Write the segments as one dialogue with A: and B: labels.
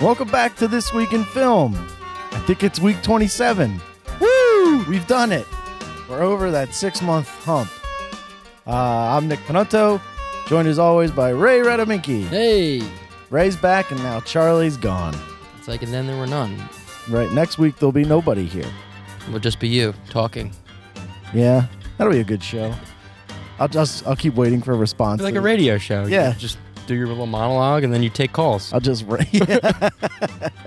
A: Welcome back to This Week in Film. I think it's week 27. Woo! We've done it. We're over that six month hump. Uh, I'm Nick Panotto, joined as always by Ray Redaminki.
B: Hey,
A: Ray's back, and now Charlie's gone.
B: it's like and then there were none.
A: Right, next week there'll be nobody here.
B: It'll just be you talking.
A: Yeah, that'll be a good show. I'll just I'll keep waiting for responses.
B: like a radio show.
A: You Yeah.
B: just do your little monologue and then you take calls.
A: I'll just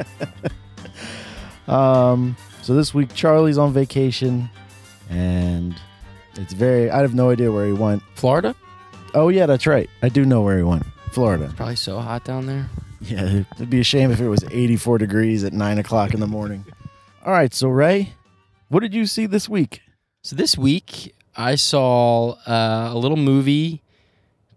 A: um. So this week Charlie's on vacation, and it's very. I have no idea where he went.
B: Florida?
A: Oh yeah, that's right. I do know where he went. Florida.
B: Probably so hot down there.
A: Yeah, it'd be a shame if it was 84 degrees at nine o'clock in the morning. All right, so Ray, what did you see this week?
B: So this week I saw uh, a little movie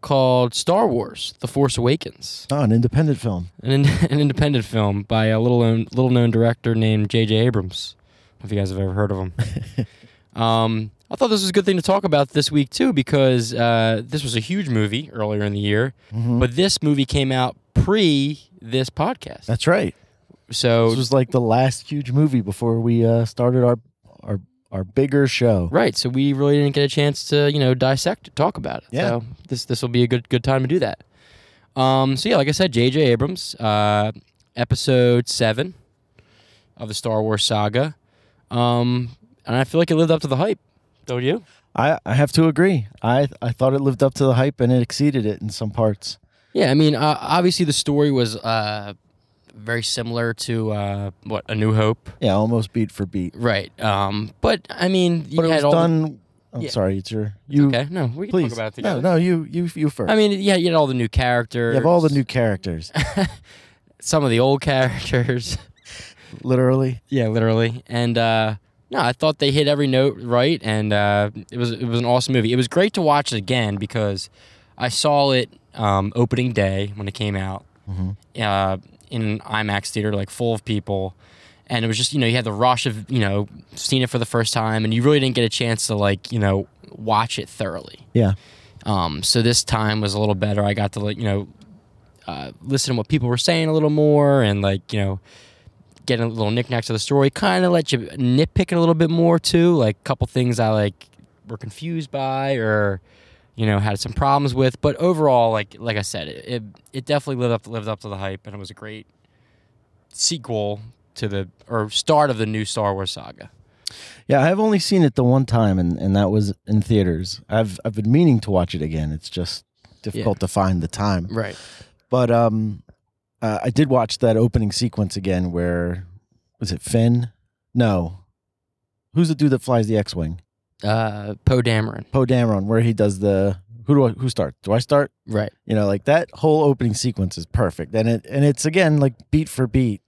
B: called Star Wars: The Force Awakens,
A: Oh, an independent film.
B: an, in- an independent film by a little known, little known director named J.J. Abrams. I don't know if you guys have ever heard of him. um, I thought this was a good thing to talk about this week too because uh, this was a huge movie earlier in the year, but this movie came out pre this podcast.
A: That's right.
B: so
A: This was like the last huge movie before we uh, started our our our bigger show.
B: Right. So we really didn't get a chance to, you know, dissect it, talk about it.
A: Yeah.
B: So this this will be a good good time to do that. Um, so yeah, like I said, JJ Abrams, uh, episode seven of the Star Wars saga. Um, and I feel like it lived up to the hype. Don't you?
A: I, I have to agree. I I thought it lived up to the hype and it exceeded it in some parts.
B: Yeah, I mean, uh, obviously the story was uh, very similar to uh, what A New Hope,
A: Yeah, almost beat for beat.
B: right? Um, but I mean, you
A: But it
B: had
A: was
B: all
A: done. I'm
B: Yeah.
A: sorry, it's your you.
B: okay. No, we can
A: Please,
B: talk about it
A: no,
B: together.
A: no, you you you first.
B: I mean, yeah, you had all the new characters.
A: you have all the new characters,
B: some of the old characters.
A: literally.
B: Yeah, literally. And uh, no, I thought they hit every note right, and uh, it was it was an awesome movie. It was great to watch it again because I saw it um, opening day when it came out uh, in an IMAX theater, like full of people, and it was just you know you had the rush of you know seeing it for the first time, and you really didn't get a chance to like you know watch it thoroughly.
A: Yeah,
B: Um, so this time was a little better. I got to like you know uh, listen to what people were saying a little more, and like you know get a little knickknacks of the story. Kind of let you nitpick it a little bit more too. Like a couple things I like were confused by, or you know had some problems with. But overall, like like I said, it it, it definitely lived up lived up to the hype, and it was a great sequel to the or start of the new Star Wars saga.
A: yeah. I've only seen it the one time, and, and that was in theaters. I've I've been meaning to watch it again. It's just difficult to find the time.
B: Right.
A: But um, uh, I did watch that opening sequence again. Where was it? Finn? No. Who's the dude that flies the X-wing?
B: Uh, Poe Dameron.
A: Poe Dameron, where he does the who do I, who starts? Do I start?
B: Right.
A: You know, like that whole opening sequence is perfect, and it and it's again like beat for beat,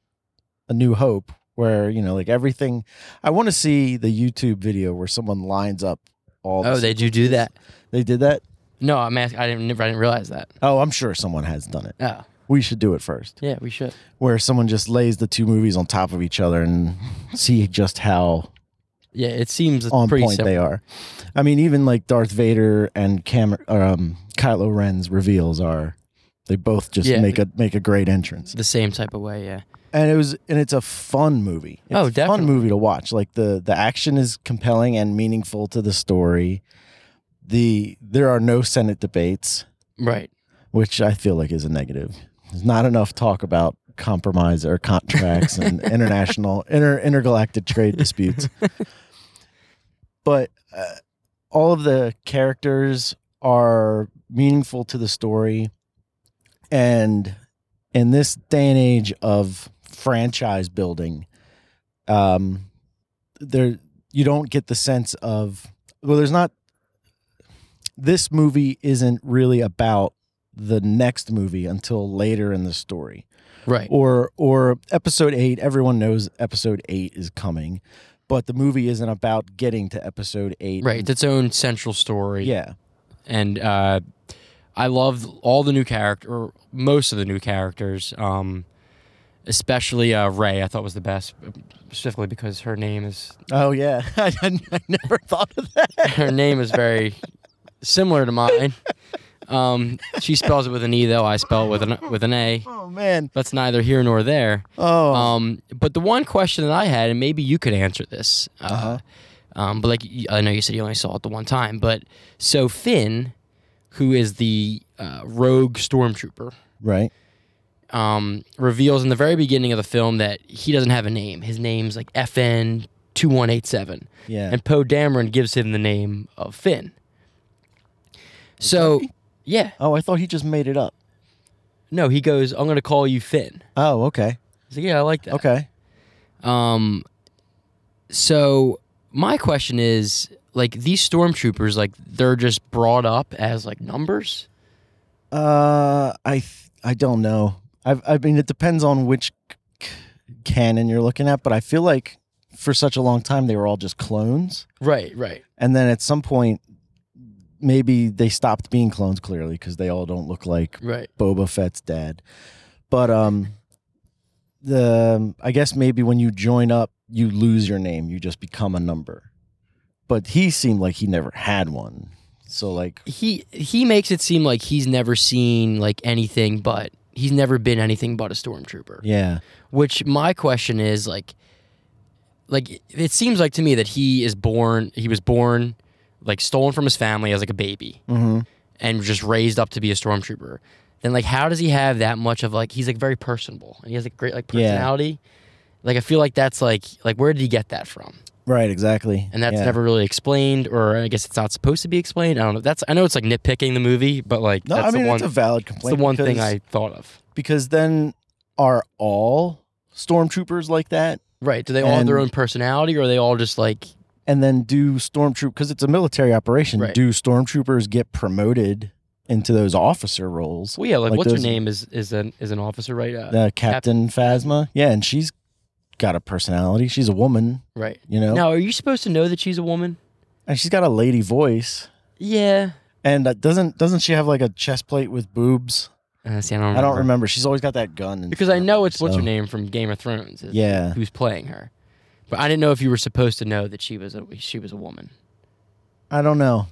A: A New Hope, where you know like everything. I want to see the YouTube video where someone lines up all. the
B: Oh, they do do that.
A: they did that.
B: No, I'm asking. I didn't. I didn't realize that.
A: Oh, I'm sure someone has done it.
B: Oh,
A: We should do it first,
B: yeah, we should.
A: where someone just lays the two movies on top of each other and see just how
B: Yeah, it seems
A: on
B: pretty
A: point they
B: simple.
A: are. I mean, even like Darth Vader and Cam- or, um, Kylo Ren's reveals are they both just
B: Yeah.
A: make a make a great entrance.
B: The same type of way. Yeah.
A: And it was and it's a fun movie. It's
B: Oh,
A: a fun
B: definitely.
A: movie to watch. Like the the action is compelling and meaningful to the story. The there are no Senate debates,
B: Right.
A: which I feel like is a negative. There's not enough talk about compromise or contracts and international inter intergalactic trade disputes. but uh, all of the characters are meaningful to the story, and in this day and age of franchise building, um, there you don't get the sense of well, there's not. This movie isn't really about the next movie until later in the story
B: Right.
A: or or episode 8 everyone knows episode 8 is coming but the movie isn't about getting to episode 8
B: Right. It's its own central story.
A: yeah
B: And uh, I loved all the new character, or most of the new characters. Um, especially uh, Ray. I thought was the best, specifically because her name is
A: Oh yeah, I, I, I never thought of that.
B: her name is very similar to mine. Um, she spells it with an e, though I spell it with an with an a.
A: Oh man.
B: That's neither here nor there.
A: Oh.
B: Um, but the one question that I had, and maybe you could answer this, uh,
A: Uh-huh.
B: um, but like y- I know you said you only saw it the one time, but so Finn, who is the uh, rogue stormtrooper,
A: right.
B: um, reveals in the very beginning of the film that he doesn't have a name. His name's like FN two one eight seven,
A: Yeah.
B: and Poe Dameron gives him the name of Finn. So, yeah,
A: oh, I thought he just made it up.
B: no, he goes, "I'm going to call you Finn."
A: Oh, okay.
B: He's like, "Yeah, I like that."
A: Okay.
B: Um, so my question is, like, these stormtroopers, like, they're just brought up as like numbers.
A: Uh, I th- I don't know. I've, I mean, it depends on which c- canon you're looking at, but I feel like for such a long time they were all just clones,
B: Right, right.
A: and then at some point, maybe they stopped being clones clearly because they all don't look like
B: Right.
A: Boba Fett's dad. But um, the um, I guess maybe when you join up, you lose your name. You just become a number. But he seemed like he never had one. So like,
B: He he makes it seem like he's never seen like anything but he's never been anything but a stormtrooper.
A: yeah,
B: Which my question is like like it seems like to me that he is born he was born like stolen from his family as like a baby.
A: mm-hmm.
B: and just raised up to be a stormtrooper, then like how does he have that much of like he's like very personable and he has a great like
A: Yeah.
B: personality. Like I feel like that's like like where did he get that from?
A: right, exactly.
B: And that's
A: Yeah.
B: never really explained, or I guess it's not supposed to be explained. I don't know. That's I know it's like nitpicking the movie, but like
A: No,
B: that's
A: I mean
B: the one,
A: it's a valid
B: it's the
A: complaint.
B: one thing
A: because-
B: I thought of.
A: because then are all stormtroopers like that?
B: Right? Do they all have their
A: And-
B: own personality, or are they all just like
A: And then do stormtroop because it's a military operation.
B: Right.
A: Do stormtroopers get promoted into those officer roles?
B: well, yeah, like,
A: Like
B: what's
A: those-
B: her name is is an is an officer, right? Uh,
A: the Captain Phasma. Yeah, and she's got a personality. She's a woman,
B: right.
A: you know,
B: Now, are you supposed to know that she's a woman?
A: and she's got a lady voice.
B: Yeah.
A: And uh, doesn't doesn't she have like a chest plate with boobs?
B: Uh, see, I
A: I don't remember. She's always got that gun. and
B: Because I
A: stuff,
B: know it's what's her
A: so-
B: name from Game of Thrones. is
A: Yeah.
B: Who's playing her? But I didn't know if you were supposed to know that she was a she was a woman.
A: I don't know.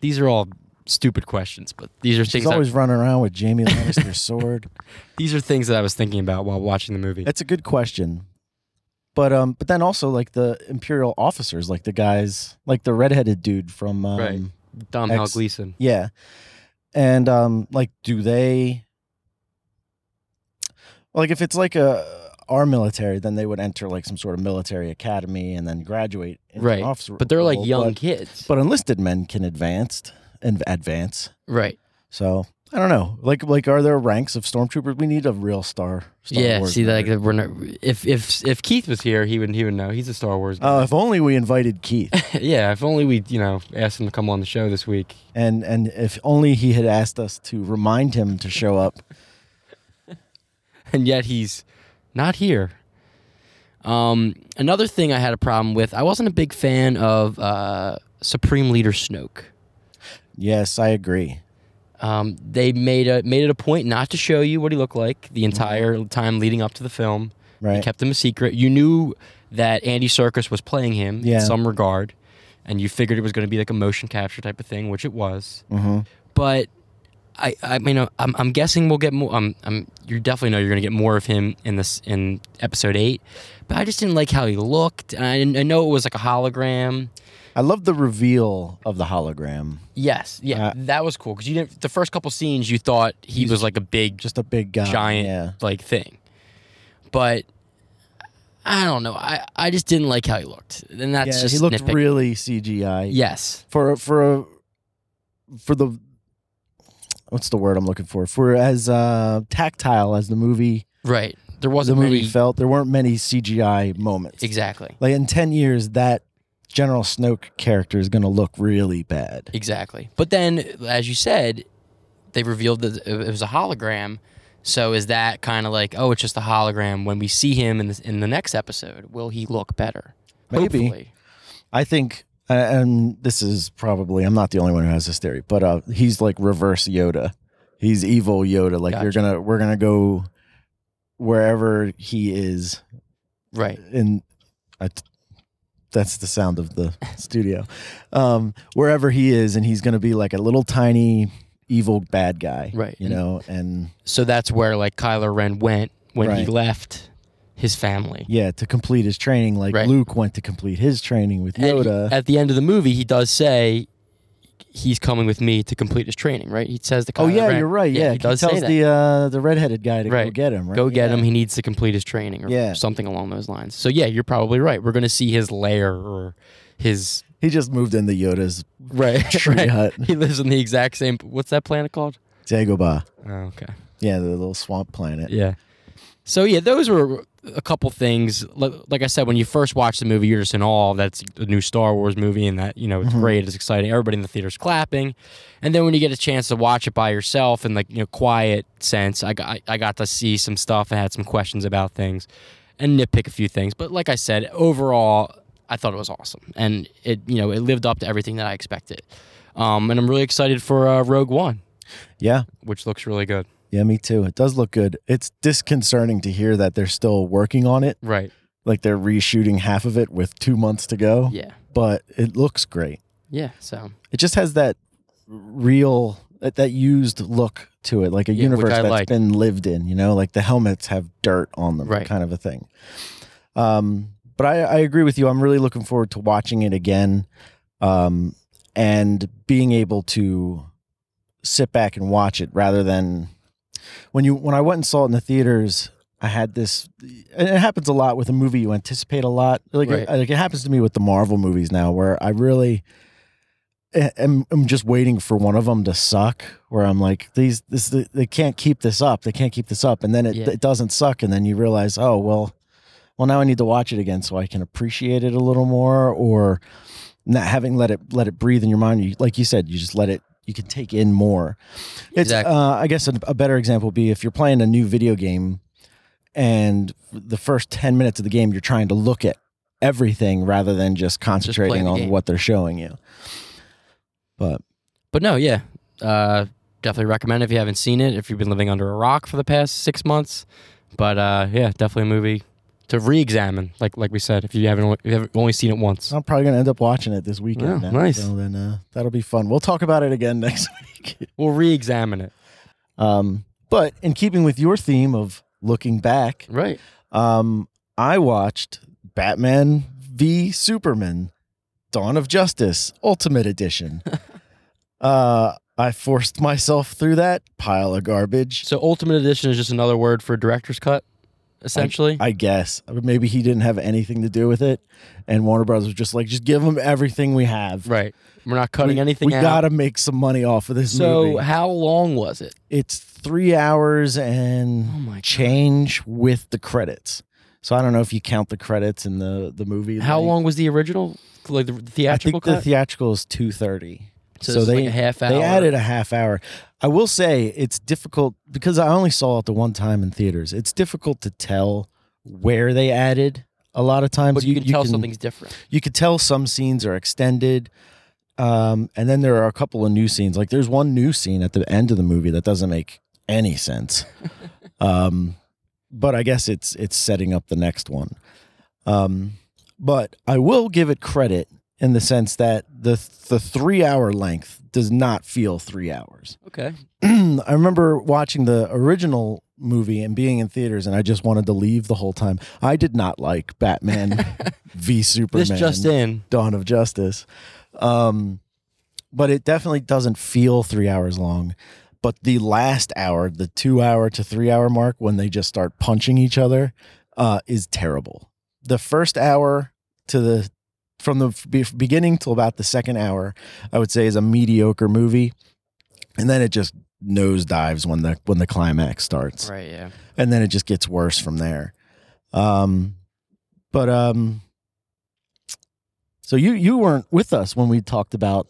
B: These are all stupid questions, but these are
A: She's
B: things. I-
A: always running around with Jamie Lannister's sword.
B: these are things that I was thinking about while watching the movie.
A: That's a good question. But um, but then also like the imperial officers, like the guys, like the redheaded dude from um,
B: Right. Dom Hal
A: Ex-
B: Gleason.
A: Yeah. And um like do they like if it's like a our military, then they would enter like some sort of military academy and then graduate into an
B: Right.
A: officer.
B: But they're like
A: role,
B: young
A: But,
B: kids.
A: but enlisted men can advanced and advance.
B: right.
A: So I don't know. Like like are there ranks of stormtroopers? We need a real star. Star
B: yeah.
A: Wars
B: see, like
A: nerd.
B: we're not, if if if Keith was here, he would he would know. He's a Star Wars.
A: Oh,
B: Guy.
A: if only we invited Keith,
B: yeah. If only we you know asked him to come on the show this week.
A: and and if only he had asked us to remind him to show up.
B: and yet he's not here. Um, another thing I had a problem with, I wasn't a big fan of uh, Supreme Leader Snoke.
A: Yes, I agree.
B: Um, they made a made it a point not to show you what he looked like the entire time leading up to the film. They
A: Mm-hmm. Right.
B: kept him a secret. You knew that Andy Serkis was playing him
A: Yeah.
B: in some regard, and you figured it was going to be like a motion capture type of thing, which it was.
A: hmm
B: But I, I mean, uh, I'm, I'm guessing we'll get more. Um, I'm, you definitely know you're going to get more of him in this in episode eight. But I just didn't like how he looked, and I, didn't, I know it was like a hologram.
A: I love the reveal of the hologram.
B: Yes, yeah,
A: Uh,
B: that was cool because you didn't. The first couple scenes, you thought he was like a big,
A: Just a big guy.
B: giant
A: Yeah.
B: like thing, but. I don't know. I, I just didn't like how he looked, and that's
A: yeah,
B: just
A: he looked
B: nitpick.
A: really CGI.
B: Yes,
A: For for a for the what's the word I'm looking for? For as uh tactile as the movie
B: right.
A: the
B: There wasn't
A: movie
B: many-
A: felt, there weren't many CGI moments.
B: exactly,
A: Like in 10 years that General Snoke character is going to look really bad.
B: exactly. But then, as you said, they revealed that it was a hologram. So is that kind of like, oh, it's just a hologram? When we see him in the, in the next episode, will he look better?
A: Maybe.
B: Hopefully.
A: I think, uh, and this is probably, I'm not the only one who has this theory, but uh, he's like reverse Yoda. He's evil Yoda. Like you're
B: Gotcha.
A: gonna, we're gonna go wherever he is
B: Right.
A: in I t- that's the sound of the studio um wherever he is and he's gonna be like a little tiny evil bad guy
B: Right.
A: you know and
B: So that's where like Kylo Ren went when he
A: Right.
B: left his family.
A: yeah to complete his training like
B: Right.
A: luke went to complete his training with
B: And he-
A: yoda
B: at the end of the movie, he does say he's coming with me to complete his training. Right. He says the.
A: oh yeah you're right yeah,
B: he does say
A: tells
B: that.
A: the uh the redheaded guy to go
B: Right.
A: get him right
B: Go get
A: Yeah.
B: him. He needs to complete his training or
A: Yeah.
B: something along those lines. So yeah, you're probably right. We're gonna see his lair or his
A: he just moved into yoda's
B: right
A: Tree hut.
B: He lives in the exact same. What's that planet called?
A: dagobah
B: Oh, okay.
A: yeah the little swamp planet
B: Yeah. So yeah, those were a couple things. Li- Like I said, when you first watch the movie, you're just in awe. That's a new Star Wars movie, and that you know it's great, it's exciting. Everybody in the theater's clapping, and then when you get a chance to watch it by yourself and like you know quiet sense, I got I got to see some stuff. I had some questions about things, and nitpick a few things. But like I said, overall, I thought it was awesome, and it you know it lived up to everything that I expected. Um, and I'm really excited for uh, Rogue One,
A: yeah
B: which looks really good.
A: yeah me too it does look good it's disconcerting to hear that they're still working on it
B: Right.
A: like they're reshooting half of it with two months to go.
B: Yeah.
A: But it looks great.
B: Yeah. So.
A: It just has that real that, that used look to it, like a
B: Yeah, which
A: universe
B: I
A: that's
B: like.
A: been lived in. You know, like the helmets have dirt on them,
B: Right.
A: kind of a thing. Um, but I, I agree with you. I'm really looking forward to watching it again, um, and being able to sit back and watch it rather than when you when I went and saw it in the theaters, I had this. And it happens a lot with a movie you anticipate a lot. Like,
B: Right.
A: like it happens to me with the Marvel movies now, where I really am, am just waiting for one of them to suck. Where I'm like, these this they can't keep this up. They can't keep this up, and then it
B: Yeah.
A: it doesn't suck, and then you realize, oh well, well now I need to watch it again so I can appreciate it a little more, or not having let it let it breathe in your mind. You, like you said, you just let it. You can take in more. It's,
B: Exactly.
A: uh, I guess a, a better example would be if you're playing a new video game, and the first ten minutes of the game you're trying to look at everything rather than just concentrating
B: the
A: on
B: game.
A: what they're showing you. But
B: But no, yeah. Uh, definitely recommend if you haven't seen it, if you've been living under a rock for the past six months. But uh, yeah, definitely a movie to re examine, like like we said, if you haven't only, if you haven't only seen it once.
A: I'm probably gonna end up watching it this weekend.
B: Yeah,
A: now,
B: nice.
A: So then uh, that'll be fun. We'll talk about it again next week.
B: We'll re examine it.
A: Um, but in keeping with your theme of looking back,
B: Right.
A: um, I watched Batman v Superman: Dawn of Justice Ultimate Edition. uh, I forced myself through that pile of garbage.
B: So Ultimate Edition is just another word for director's cut, essentially.
A: I guess maybe he didn't have anything to do with it, and Warner Brothers was just like, just give him everything we have.
B: right. We're not cutting
A: we,
B: anything
A: we
B: out.
A: gotta make some money off of this
B: so
A: movie.
B: how long was it?
A: It's three hours and
B: Oh my God.
A: change with the credits. So I don't know if you count the credits in the the movie.
B: How
A: length.
B: long was the original, like the
A: I
B: theatrical
A: think
B: cut?
A: the theatrical is two thirty.
B: so this is like a half hour.
A: They added a half hour. I will say it's difficult because I only saw it the one time in theaters. It's difficult to tell where they added. A lot of times,
B: but you, can tell something's different.
A: You could tell some scenes are extended, um, and then there are a couple of new scenes. Like there's one new scene at the end of the movie that doesn't make any sense. um, but I guess it's it's setting up the next one. Um, but I will give it credit in the sense that the the three hour length does not feel three hours.
B: Okay.
A: I remember watching the original movie and being in theaters, and I just wanted to leave the whole time. I did not like Batman v Superman,
B: This just in.
A: Dawn of Justice, um, but it definitely doesn't feel three hours long. But the last hour, the two hour to three hour mark, when they just start punching each other, uh, is terrible. The first hour to the from the be- beginning till about the second hour, I would say is a mediocre movie, and then it just nosedives when the when the climax starts,
B: Right. Yeah.
A: and then it just gets worse from there. Um, but um, so you you weren't with us when we talked about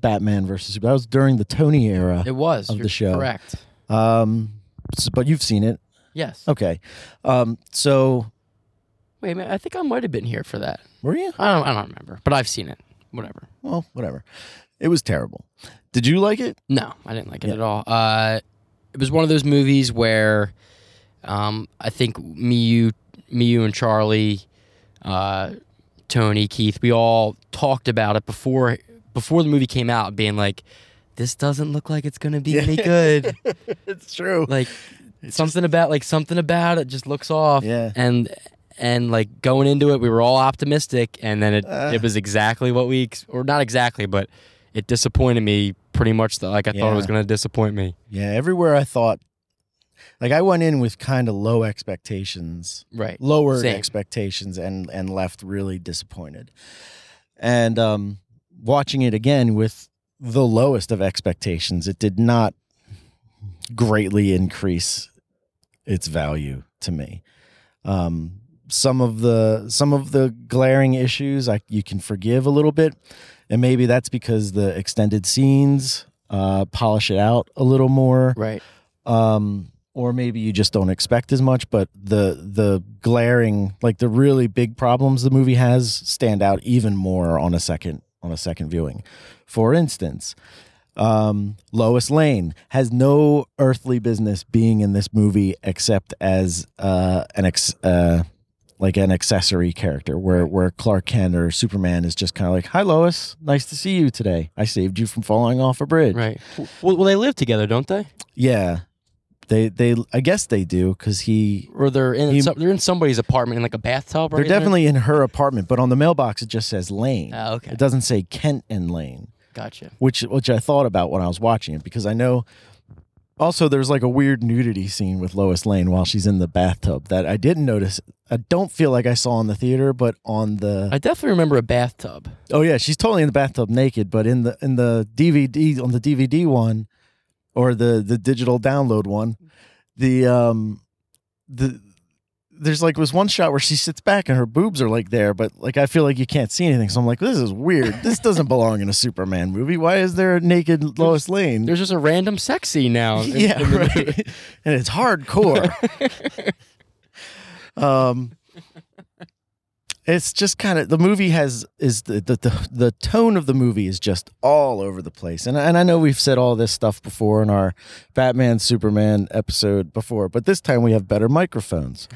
A: Batman versus Superman. That was during the Tony era.
B: It was
A: Of the
B: You're
A: show.
B: Correct.
A: Um, s- but you've seen it,
B: Yes.
A: okay? Um, so
B: Wait a minute. I think I might have been here for that.
A: were you?
B: I don't. I don't remember. But I've seen it. Whatever.
A: Well, whatever. It was terrible. Did you like it?
B: No, I didn't like it
A: Yeah.
B: at all. Uh, it was one of those movies where Um, I think me, you, me, you, and Charlie, uh, Tony, Keith, we all talked about it before before the movie came out, being like, "This doesn't look like it's gonna be any good."
A: it's true.
B: like something about like something about it just looks off.
A: Yeah.
B: And and like going into it, we were all optimistic, and then it
A: Uh.
B: it was exactly what we ex- or not exactly, but it disappointed me pretty much. The, like I thought it was
A: Yeah.
B: going to disappoint me.
A: yeah, everywhere I thought, like I went in with kind of low expectations,
B: Right.
A: lowered
B: Same.
A: expectations, and and left really disappointed. And um, watching it again with the lowest of expectations, it did not greatly increase its value to me. Um, some of the some of the glaring issues I, you can forgive a little bit, and maybe that's because the extended scenes uh, polish it out a little more
B: Right.
A: um, or maybe you just don't expect as much. But the the glaring, like the really big problems the movie has, stand out even more on a second on a second viewing. For instance, um, Lois Lane has no earthly business being in this movie except as uh, an ex. Uh, like an accessory character where, where Clark Kent or Superman is just kind of like, Hi, Lois. Nice to see you today. I saved you from falling off a bridge.
B: Right. Well, well, they live together, don't they?
A: Yeah, they they I guess they do because he
B: Or they're in
A: He-
B: some, they're in somebody's apartment in like a bathtub. Right
A: they're definitely in her apartment, but on the mailbox it just says Lane.
B: Oh, okay.
A: It doesn't say Kent and Lane,
B: Gotcha.
A: which which I thought about when I was watching it because I know. Also, there's like a weird nudity scene with Lois Lane while she's in the bathtub that I didn't notice. I don't feel like I saw in the theater, but on the
B: I definitely remember a bathtub.
A: oh yeah, she's totally in the bathtub naked. But in the in the DVD on the DVD one, or the the digital download one, the um the there's like was one shot where she sits back and her boobs are like there, but like I feel like you can't see anything. So I'm like, this is weird. This doesn't belong in a Superman movie. Why is there a naked Lois Lane?
B: There's just a random sex scene now. in-
A: yeah,
B: in the
A: right.
B: movie.
A: and it's hardcore. um, it's just kind of the movie has is the, the the the tone of the movie is just all over the place, and and I know we've said all this stuff before in our Batman Superman episode before, but this time we have better microphones.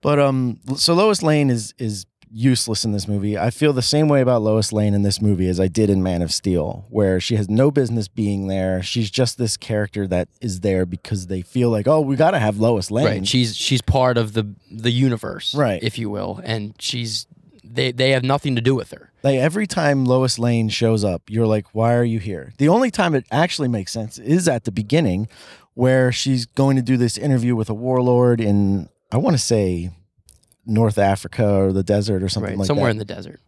A: but um, so Lois Lane is is useless in this movie. I feel the same way about Lois Lane in this movie as I did in Man of Steel, where she has no business being there. She's just this character that is there because they feel like, oh, we got to have Lois Lane.
B: Right. She's she's part of the the universe,
A: Right.
B: if you will, and she's they they have nothing to do with her.
A: Like every time Lois Lane shows up, you're like, why are you here? The only time it actually makes sense is at the beginning where she's going to do this interview with a warlord in, I want to say, North Africa or the desert or something like
B: Somewhere
A: that.
B: in the desert.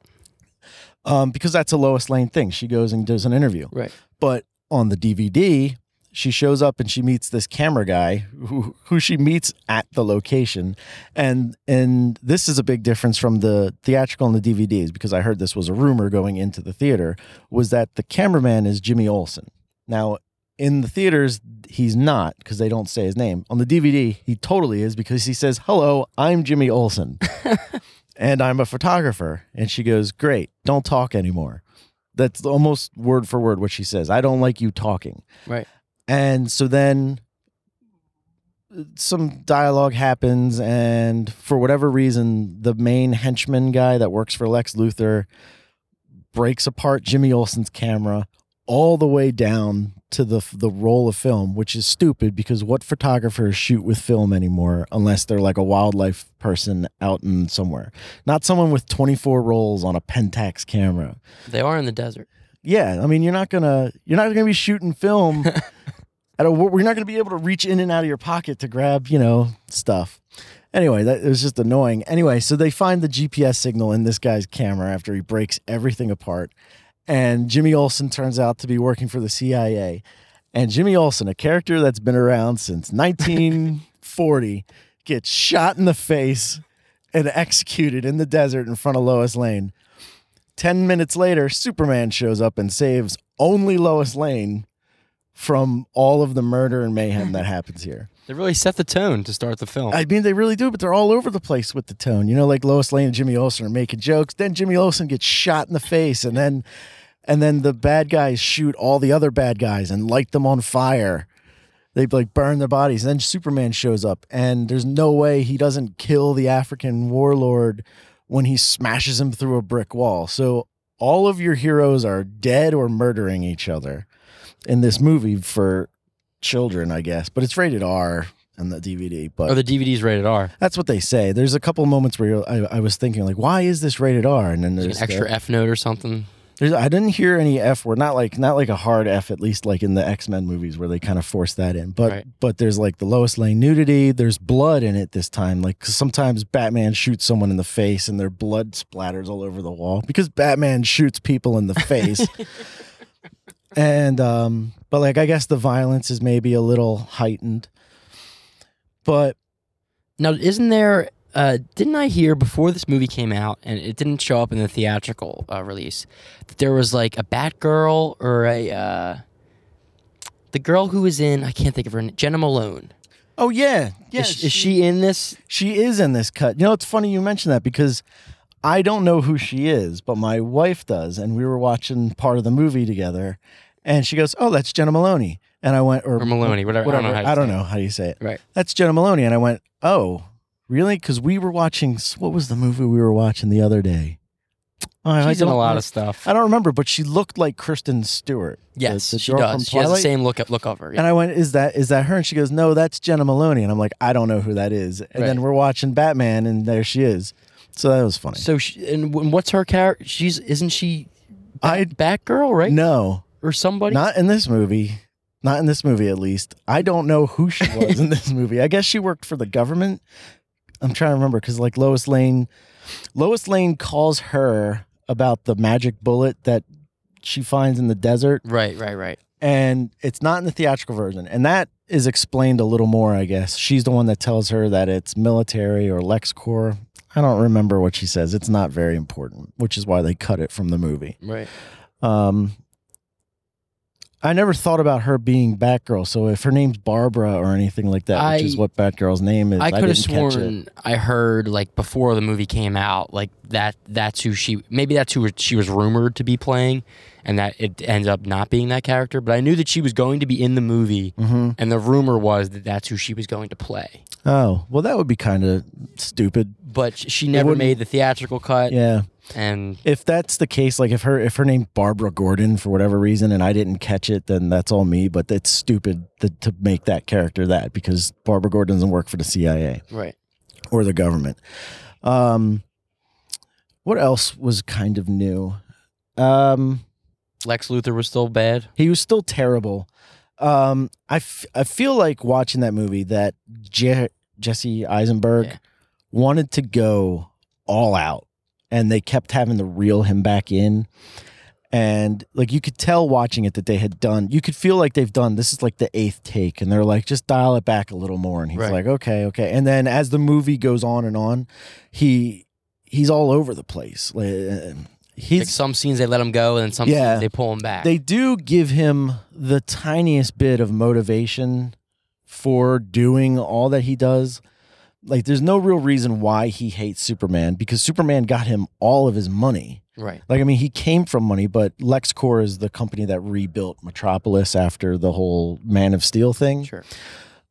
A: um, because that's a Lois Lane thing. She goes and does an interview.
B: Right.
A: But on the DVD, she shows up and she meets this camera guy who, who she meets at the location. And and this is a big difference from the theatrical and the DVDs because I heard this was a rumor going into the theater was that the cameraman is Jimmy Olsen. Now, in the theaters, he's not because they don't say his name. On the DVD, he totally is because he says, "Hello, I'm Jimmy Olsen." and I'm a photographer. And she goes, Great, don't talk anymore. That's almost word for word what she says. I don't like you talking.
B: Right.
A: And so then some dialogue happens, and for whatever reason, the main henchman guy that works for Lex Luthor breaks apart Jimmy Olsen's camera all the way down to the the roll of film, which is stupid because what photographers shoot with film anymore unless they're like a wildlife person out in somewhere, not someone with 24 rolls on a Pentax camera.
B: They are in the desert.
A: Yeah, I mean you're not gonna you're not gonna be shooting film. at a, we're not gonna be able to reach in and out of your pocket to grab you know stuff. Anyway, that it was just annoying. Anyway, so they find the GPS signal in this guy's camera after he breaks everything apart, and Jimmy Olsen turns out to be working for the CIA. And Jimmy Olsen, a character that's been around since 1940, gets shot in the face and executed in the desert in front of Lois Lane. 10 minutes later, Superman shows up and saves only Lois Lane from all of the murder and mayhem that happens here.
B: They really set the tone to start the film.
A: I mean, they really do, but they're all over the place with the tone. You know, like Lois Lane and Jimmy Olsen are making jokes. Then Jimmy Olsen gets shot in the face, and then and then the bad guys shoot all the other bad guys and light them on fire. they like burn their bodies. And then Superman shows up, and there's no way he doesn't kill the African warlord when he smashes him through a brick wall. So all of your heroes are dead or murdering each other in this movie for children, I guess. But it's rated R on the DVD. But
B: Or the DVD's rated R.
A: that's what they say. There's a couple moments where you're, I, I was thinking like, why is this rated R? And then
B: There's,
A: there's
B: an extra
A: the-
B: F note or something.
A: there's, I didn't hear any F word. Not like not like a hard F. At least like in the X Men movies where they kind of force that in. But
B: Right.
A: but there's like the Lois Lane nudity. There's blood in it this time. Like 'cause sometimes Batman shoots someone in the face and their blood splatters all over the wall because Batman shoots people in the face. and um, but like I guess the violence is maybe a little heightened. But
B: Now, isn't there? Uh, didn't I hear before this movie came out, and it didn't show up in the theatrical uh, release, that there was like a Batgirl or a uh, the girl who was in I can't think of her name, Jenna Malone.
A: oh yeah, yeah.
B: is, is she in this?
A: She is in this cut. You know, it's funny you mention that because I don't know who she is, but my wife does. And we were watching part of the movie together. And she goes, Oh, that's Jenna Maloney. And I went, Or,
B: Or Maloney, whatever. I don't know how to
A: I don't
B: say it.
A: know how you say it.
B: Right.
A: That's Jenna Maloney. And I went, Oh, really? Because we were watching, what was the movie we were watching the other day? Oh, I
B: She's in a
A: don't-
B: lot of stuff.
A: I don't remember, but she looked like Kristen Stewart. the-
B: Yes,
A: the
B: she
A: girl from
B: does. She has the
A: Twilight.
B: same look look over.
A: And I went, "Is that is that her?" And she goes, "No, that's Jenna Maloney." And I'm like, "I don't know who that is." And then
B: Right.
A: we're watching Batman, and there she is. So that was funny.
B: So, she, and w- what's her character? She's isn't she
A: I
B: Batgirl, right?
A: no,
B: or somebody?
A: not in this movie, not in this movie at least. I don't know who she was in this movie. I guess she worked for the government. I'm trying to remember because like Lois Lane, Lois Lane calls her about the magic bullet that she finds in the desert
B: Right, right, right.
A: and it's not in the theatrical version. And that is explained a little more, I guess. She's the one that tells her that it's military or LexCorp. I don't remember what she says. It's not very important, which is why they cut it from the movie.
B: Right.
A: Um, I never thought about her being Batgirl. So if her name's Barbara or anything like that, which
B: I-
A: is what Batgirl's name is, I,
B: I could
A: didn't
B: have
A: catch it.
B: sworn I heard like before the movie came out, like that that's who she maybe that's who she was rumored to be playing, and that it ends up not being that character. But I knew that she was going to be in the movie,
A: Mhm.
B: and the rumor was that that's who she was going to play.
A: Oh, well, that would be kind of stupid.
B: But sh- she never
A: wouldn't-
B: made the theatrical cut,
A: Yeah.
B: and
A: if that's the case, like if her if her name's Barbara Gordon for whatever reason and I didn't catch it, then that's all me. But it's stupid to, to make that character that because Barbara Gordon doesn't work for the CIA
B: right.
A: or the government. Um, what else was kind of new? Um,
B: Lex Luthor was still bad.
A: he was still terrible. Um, I, f- I feel like watching that movie that Je- Jesse Eisenberg
B: Yeah.
A: wanted to go all out and they kept having to reel him back in. And like you could tell watching it that they had done, you could feel like they've done this is like the eighth take and they're like, just dial it back a little more. And he's
B: Right.
A: like, okay, okay. And then as the movie goes on and on, he he's all over the place. Like, uh,
B: Like
A: he's
B: some scenes they let him go, and then some
A: Yeah.
B: scenes they pull him back.
A: they do give him the tiniest bit of motivation for doing all that he does. Like, there's no real reason why he hates Superman because Superman got him all of his money.
B: right.
A: Like, I mean, he came from money, but LexCorp is the company that rebuilt Metropolis after the whole Man of Steel thing.
B: Sure.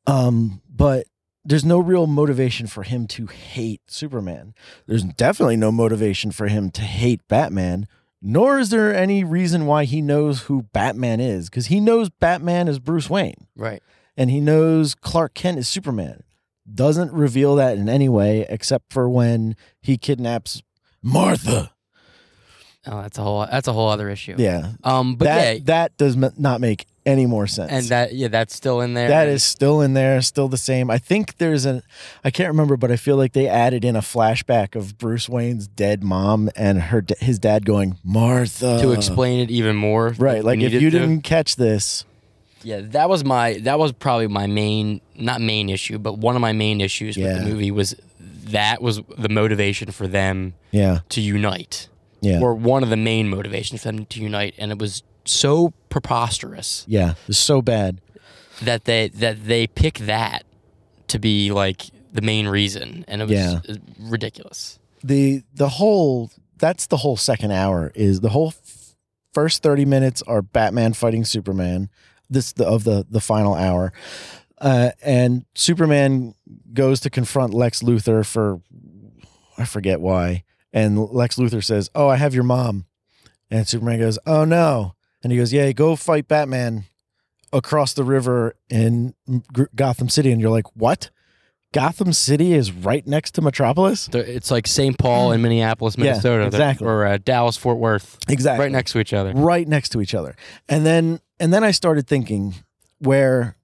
A: Um, but there's no real motivation for him to hate Superman. There's definitely no motivation for him to hate Batman, nor is there any reason why he knows who Batman is, because he knows Batman is Bruce Wayne
B: Right.
A: and he knows Clark Kent is Superman. Doesn't reveal that in any way except for when he kidnaps Martha.
B: Oh, that's a whole that's a whole other issue.
A: Yeah.
B: Um. But
A: that
B: yeah.
A: that does m- not make any more sense.
B: And that yeah, that's still in there.
A: That
B: and-
A: is still in there, still the same. I think there's an, I can't remember, but I feel like they added in a flashback of Bruce Wayne's dead mom and her d- his dad going Martha
B: to explain it even more.
A: uh, Right, like if
B: needed
A: you
B: to.
A: didn't catch this,
B: Yeah, that was my that was probably my main not main issue, but one of my main issues with
A: Yeah.
B: the movie was that was the motivation for them
A: yeah,
B: to unite.
A: yeah,
B: Or one of the main motivations for them to unite and it was so preposterous
A: yeah, it's so bad.
B: that they that they pick that to be like the main reason and it was uh,
A: Yeah.
B: ridiculous.
A: the the whole that's the whole second hour is the whole f- first 30 minutes are batman fighting superman this the, of the the final hour. Uh, and Superman goes to confront Lex Luthor for I forget why. And Lex Luthor says, "Oh, I have your mom." And Superman goes, "Oh no." And he goes, "Yeah, go fight Batman across the river in G- Gotham City." And you're like, "What? Gotham City is right next to Metropolis?"
B: They're- It's like St. Paul and Minneapolis,
A: Yeah,
B: Minnesota, that-
A: exactly.
B: or uh, Dallas, Fort Worth,
A: Exactly.
B: right next to each other.
A: right next to each other and then and then i started thinking where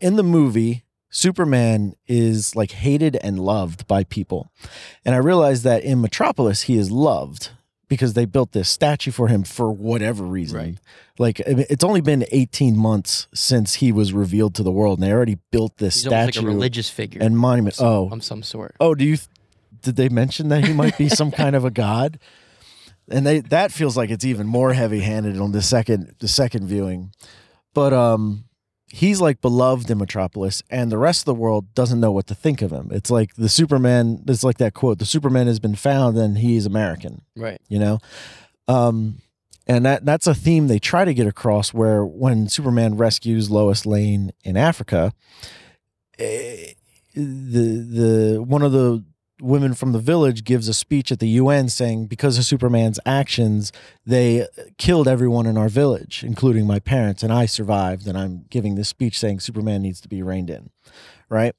A: in the movie superman is like hated and loved by people and i realized that in metropolis he is loved because they built this statue for him for whatever reason
B: Right.
A: like I mean, it's only been 18 months since he was revealed to the world and they already built this
B: He's almost like a
A: statue
B: religious figure
A: and monument
B: of some-
A: oh
B: of some sort.
A: oh do you th- did they mention that he might be some kind of a god and they that feels like it's even more heavy-handed on the second the second viewing but um he's like beloved in metropolis and the rest of the world doesn't know what to think of him it's like the superman it's like that quote the superman has been found and he's american
B: Right.
A: you know um and that that's a theme they try to get across where when superman rescues lois lane in africa eh, the the one of the women from the village gives a speech at the UN saying because of Superman's actions they killed everyone in our village including my parents and I survived and I'm giving this speech saying Superman needs to be reined in right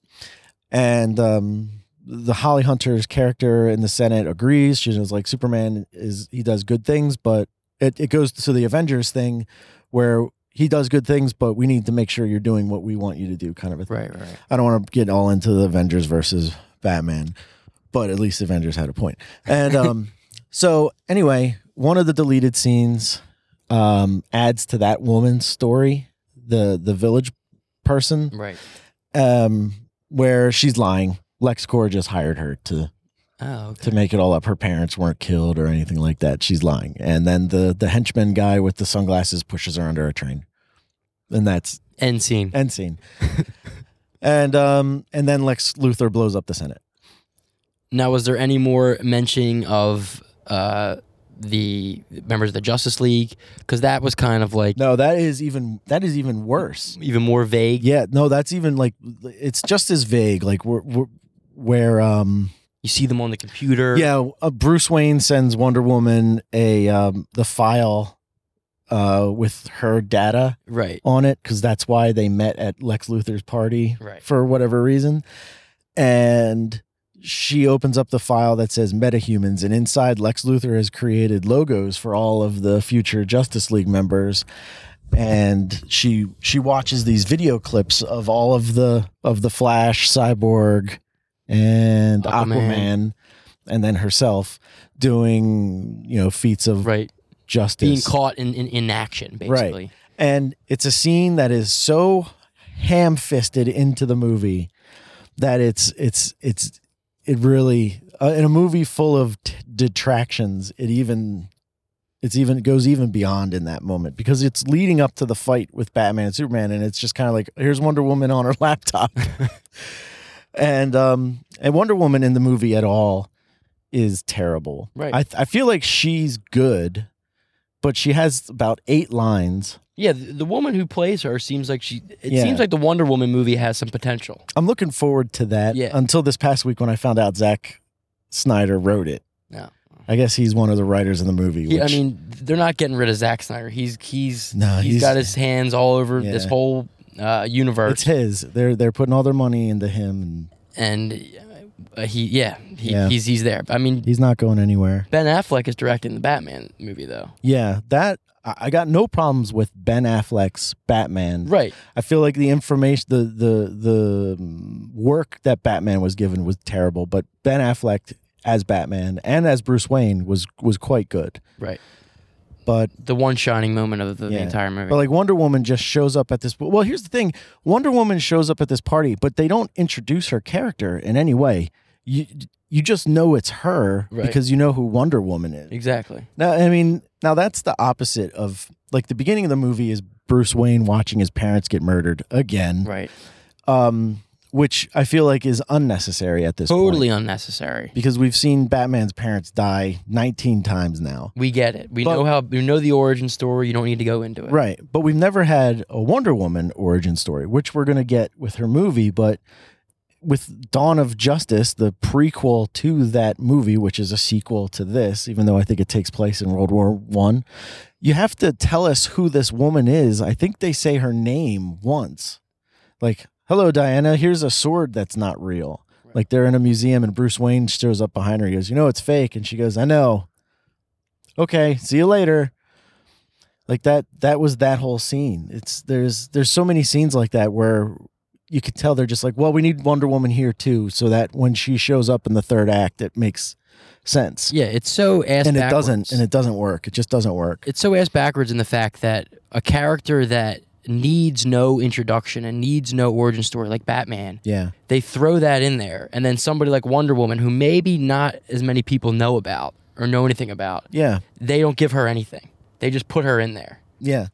A: and um the Holly Hunter's character in the Senate agrees. She was like, Superman is he does good things, but it, it goes to the Avengers thing where he does good things, but we need to make sure you're doing what we want you to do, kind of a thing.
B: Right. Right.
A: I don't want to get all into the Avengers versus Batman, but at least Avengers had a point. And um, so, anyway, one of the deleted scenes um, adds to that woman's story, the the village person,
B: Right.
A: um, where she's lying. LexCorp just hired her to
B: Oh. Okay.
A: to make it all up. Her parents weren't killed or anything like that. She's lying. And then the the henchman guy with the sunglasses pushes her under a train, and that's
B: End scene.
A: end scene. and um, and then Lex Luthor blows up the Senate.
B: Now, was there any more mentioning of uh, the members of the Justice League? Because that was kind of like
A: No, that is even that is even worse.
B: even more vague.
A: Yeah, no, that's even like it's just as vague. Like we're, we're where um
B: You see them on the computer.
A: yeah, uh, Bruce Wayne sends Wonder Woman a um the file uh with her data
B: Right.
A: on it because that's why they met at Lex Luthor's party
B: Right.
A: for whatever reason. And she opens up the file that says metahumans, and inside Lex Luthor has created logos for all of the future Justice League members. And she she watches these video clips of all of the of the Flash, Cyborg, and
B: Aquaman.
A: Aquaman, and then herself doing you know feats of
B: Right.
A: justice
B: Being caught in, in, in action, basically.
A: and it's a scene that is so ham-fisted into the movie that it's it's it's it really uh, in a movie full of t- detractions it even it's even it goes even beyond in that moment because it's leading up to the fight with Batman and Superman and it's just kind of like here's Wonder Woman on her laptop and um and Wonder Woman in the movie at all is terrible
B: Right.
A: I, I feel like she's good but she has about eight lines
B: Yeah. The, the woman who plays her seems like she. It
A: Yeah.
B: seems like the Wonder Woman movie has some potential.
A: I'm looking forward to that.
B: Yeah.
A: Until this past week when I found out Zack Snyder wrote it.
B: No.
A: I guess he's one of the writers in the movie.
B: He, I
A: which-
B: mean, they're not getting rid of Zack Snyder. He's he's
A: No,
B: he's
A: he's-
B: got his hands all over this
A: Yeah.
B: whole uh, universe.
A: it's his. They're they're putting all their money into him, and
B: and uh, he yeah, he,
A: Yeah.
B: he's he's there. I mean,
A: he's not going anywhere.
B: Ben Affleck is directing the Batman movie though.
A: Yeah, that I I got no problems with Ben Affleck's Batman.
B: Right.
A: I feel like the information, the the the mm, work that Batman was given was terrible, but Ben Affleck as Batman and as Bruce Wayne was was quite good.
B: Right.
A: But
B: The one shining moment of the, the
A: Yeah.
B: entire movie.
A: But like Wonder Woman just shows up at this. Well, here's the thing: Wonder Woman shows up at this party, but they don't introduce her character in any way. You you just know it's her
B: Right.
A: because you know who Wonder Woman is.
B: exactly.
A: Now, I mean, now that's the opposite of like the Mm. beginning of the movie is Bruce Wayne watching his parents get murdered again.
B: Right.
A: Um, which I feel like is unnecessary at this point.
B: Totally unnecessary.
A: because we've seen Batman's parents die 19 times now.
B: We get it. We
A: But-
B: know how we know the origin story. You don't need to go into it.
A: Right. But we've never had a Wonder Woman origin story, which we're going to get with her movie. But with Dawn of Justice, the prequel to that movie, which is a sequel to this, even though I think it takes place in World War One, you have to tell us who this woman is. I think they say her name once. Like, hello, Diana, here's a sword that's not real. Like they're in a museum and Bruce Wayne shows up behind her. He goes, You know, it's fake. And she goes, I know. Okay, see you later. Like that that was that whole scene. It's there's there's so many scenes like that where you could tell they're just like, Well, we need Wonder Woman here too, so that when she shows up in the third act it makes sense.
B: Yeah, it's so ass
A: and it
B: backwards.
A: doesn't and it doesn't work. It just doesn't work.
B: it's so ass backwards in the fact that a character that needs no introduction and needs no origin story like Batman,
A: Yeah.
B: they throw that in there, and then somebody like Wonder Woman, who maybe not as many people know about or know anything about,
A: Yeah.
B: they don't give her anything. They just put her in there.
A: Yeah.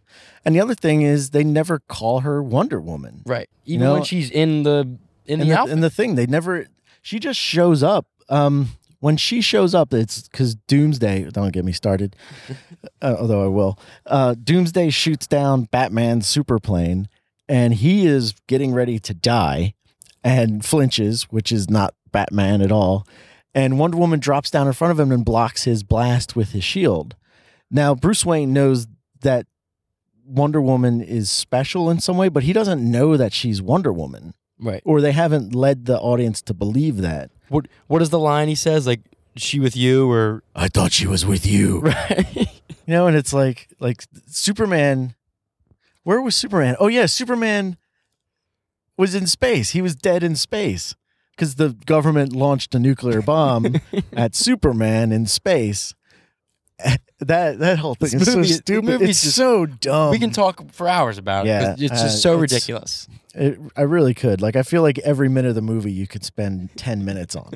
A: And the other thing is they never call her Wonder Woman.
B: Right. Even
A: know-
B: when she's in the in the,
A: and
B: outfit.
A: and the thing they never she just shows up um when she shows up it's because doomsday don't get me started uh, although i will uh doomsday shoots down batman's super plane and he is getting ready to die and flinches which is not batman at all and wonder woman drops down in front of him and blocks his blast with his shield now bruce wayne knows that wonder woman is special in some way but he doesn't know that she's wonder woman
B: right.
A: or they haven't led the audience to believe that.
B: What what is the line he says? Like she with you or
A: I thought she was with you.
B: right?
A: You know, and it's like like Superman. Where was Superman? Oh yeah, Superman was in space. He was dead in space because the government launched a nuclear bomb at Superman in space. That that whole thing
B: This
A: is
B: movie-
A: so
B: this
A: stupid.
B: movie's
A: It's
B: just-
A: so dumb.
B: we can talk for hours about
A: yeah,
B: it. 'cause It's
A: uh,
B: just so
A: it's-
B: ridiculous.
A: It, I really could. Like, I feel like every minute of the movie you could spend 10 minutes on,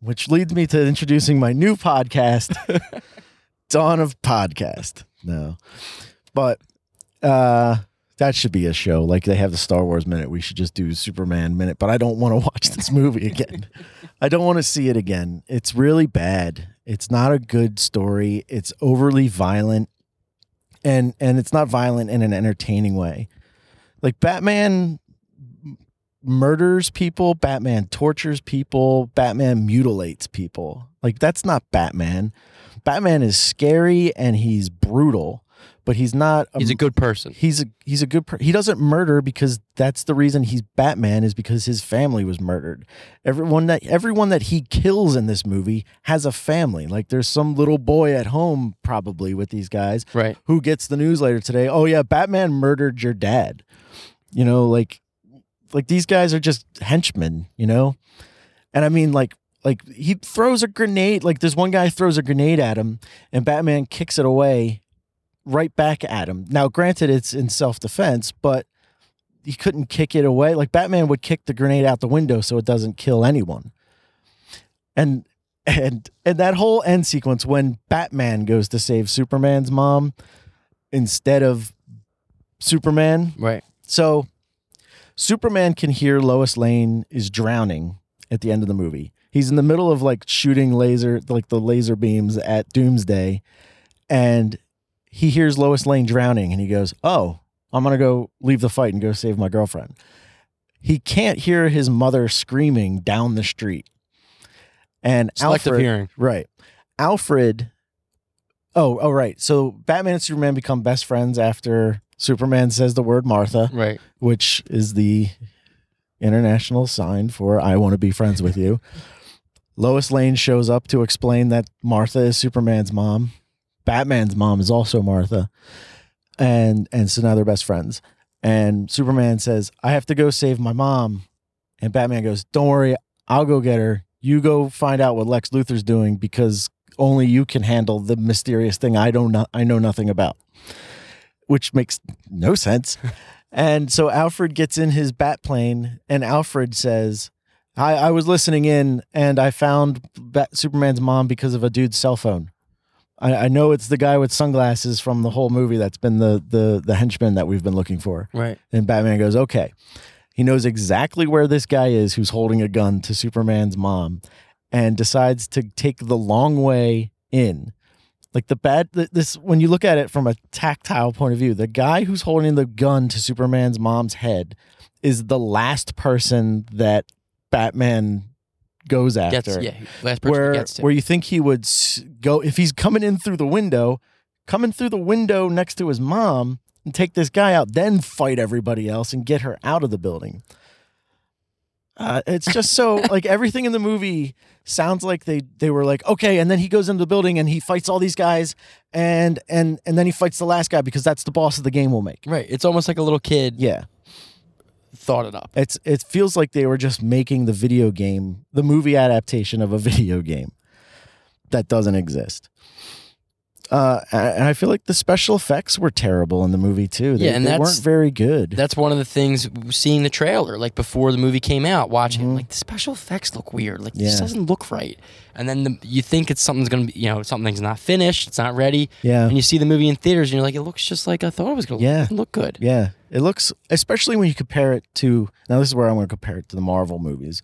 A: which leads me to introducing my new podcast, Dawn of Podcast. No, but uh, that should be a show. Like, they have the Star Wars minute. We should just do Superman minute, but I don't want to watch this movie again. I don't want to see it again. It's really bad. It's not a good story. It's overly violent. And, and it's not violent in an entertaining way like Batman m- murders people, Batman tortures people, Batman mutilates people. Like that's not Batman. Batman is scary and he's brutal, but he's not a,
B: He's a good person.
A: he's a he's a good per- he doesn't murder because that's the reason he's Batman is because his family was murdered. Everyone that everyone that he kills in this movie has a family. Like there's some little boy at home probably with these guys
B: Right.
A: who gets the news later today oh yeah batman murdered your dad you know like like these guys are just henchmen you know and i mean like like he throws a grenade like this one guy throws a grenade at him and batman kicks it away right back at him now granted it's in self-defense but he couldn't kick it away like batman would kick the grenade out the window so it doesn't kill anyone and and and that whole end sequence when batman goes to save superman's mom instead of superman
B: Right.
A: so Superman can hear Lois Lane is drowning at the end of the movie. He's in the middle of like shooting laser like the laser beams at Doomsday and he hears Lois Lane drowning and he goes, "Oh, I'm going to go leave the fight and go save my girlfriend." He can't hear his mother screaming down the street. And
B: Selective
A: Alfred
B: hearing.
A: Right. Alfred. Oh, oh, right. So Batman and Superman become best friends after Superman says the word Martha,
B: Right.
A: which is the international sign for I want to be friends with you. Lois Lane shows up to explain that Martha is Superman's mom. Batman's mom is also Martha. And and so now they're best friends. And Superman says, "I have to go save my mom." And Batman goes, "Don't worry, I'll go get her. You go find out what Lex Luthor's doing because only you can handle the mysterious thing I don't know, I know nothing about." Which makes no sense. and so Alfred gets in his bat plane and Alfred says, "I I was listening in and I found Bat- Superman's mom because of a dude's cell phone." I, I know it's the guy with sunglasses from the whole movie that's been the the the henchman that we've been looking for.
B: Right.
A: And Batman goes, okay. He- He knows exactly where this guy is who's holding a gun to Superman's mom and decides to take the long way in. Like the bad th- this when you look at it from a tactile point of view, the guy who's holding the gun to Superman's mom's head is the last person that Batman goes
B: Gets,
A: after
B: yeah, last person
A: where
B: gets to.
A: where you think he would s- go if he's coming in through the window, coming through the window next to his mom and take this guy out, then fight everybody else and get her out of the building. Uh, it's just so like everything in the movie sounds like they they were like okay, and then he goes into the building and he fights all these guys, and and and then he fights the last guy because that's the boss of the game will make.
B: right, it's almost like a little kid
A: Yeah,
B: thought it up.
A: it's it feels like they were just making the video game, the movie adaptation of a video game that doesn't exist. Uh, and I feel like the special effects were terrible in the movie too. They,
B: Yeah, and
A: they
B: that's-
A: weren't very good.
B: That's one of the things seeing the trailer, like before the movie came out, watching
A: Mhm.
B: like the special effects look weird, like it just
A: Yeah.
B: doesn't look right. And then the, you think it's something's gonna be, you know, something's not finished, it's not ready,
A: yeah,
B: and you see the movie in theaters, and you're like, it looks just like I thought it was gonna
A: Yeah.
B: look, It doesn't look good.
A: yeah. It looks, especially when you compare it to. Now this is where I'm going to compare it to the Marvel movies.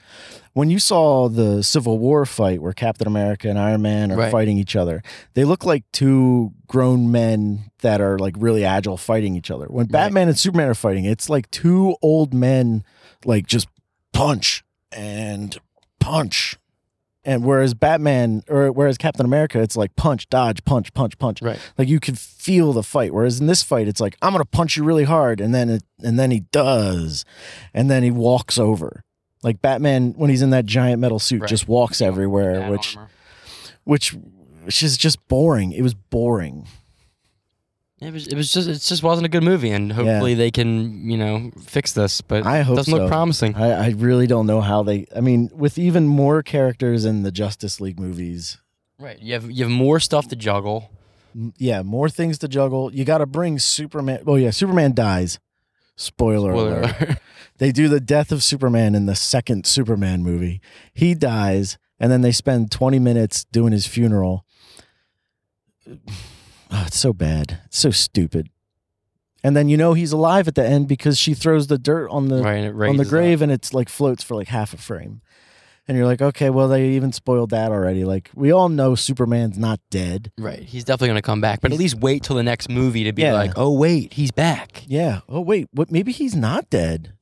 A: When you saw the Civil War fight where Captain America and Iron Man are
B: Right.
A: fighting each other, they look like two grown men that are like really agile fighting each other. When
B: Right.
A: Batman and Superman are fighting, it's like two old men like just punch and punch. And whereas Batman or whereas Captain America, it's like punch, dodge, punch, punch, punch.
B: Right.
A: Like you could feel the fight. Whereas in this fight, it's like I'm gonna punch you really hard, and then it, and then he does, and then he walks over. Like Batman when he's in that giant metal suit,
B: Right.
A: just walks everywhere,
B: Bad
A: which
B: armor.
A: which which is just boring. It was boring.
B: It was, it was just it just wasn't a good movie, and hopefully they can you know fix this. But
A: I
B: it
A: hope
B: doesn't
A: so.
B: look promising.
A: I, I really don't know how they. I mean, with even more characters in the Justice League movies,
B: Right, you have you have more stuff to juggle.
A: m- yeah, more things to juggle. You got to bring Superman. Oh yeah, Superman dies. Spoiler,
B: Spoiler
A: alert.
B: alert.
A: They do the death of Superman in the second Superman movie. He dies, and then they spend 20 minutes doing his funeral. Oh, it's so bad. It's so stupid. And then you know he's alive at the end because she throws the dirt on the
B: right, uh, and it
A: on the
B: raises up.
A: grave and it's like floats for like half a frame. And you're like, okay, well, they even spoiled that already. Like, we all know Superman's not dead.
B: Right, he's definitely gonna come back, but at least wait till the next movie to be
A: Yeah.
B: like, oh wait, he's back.
A: Yeah. Oh, wait, what? Maybe he's not dead.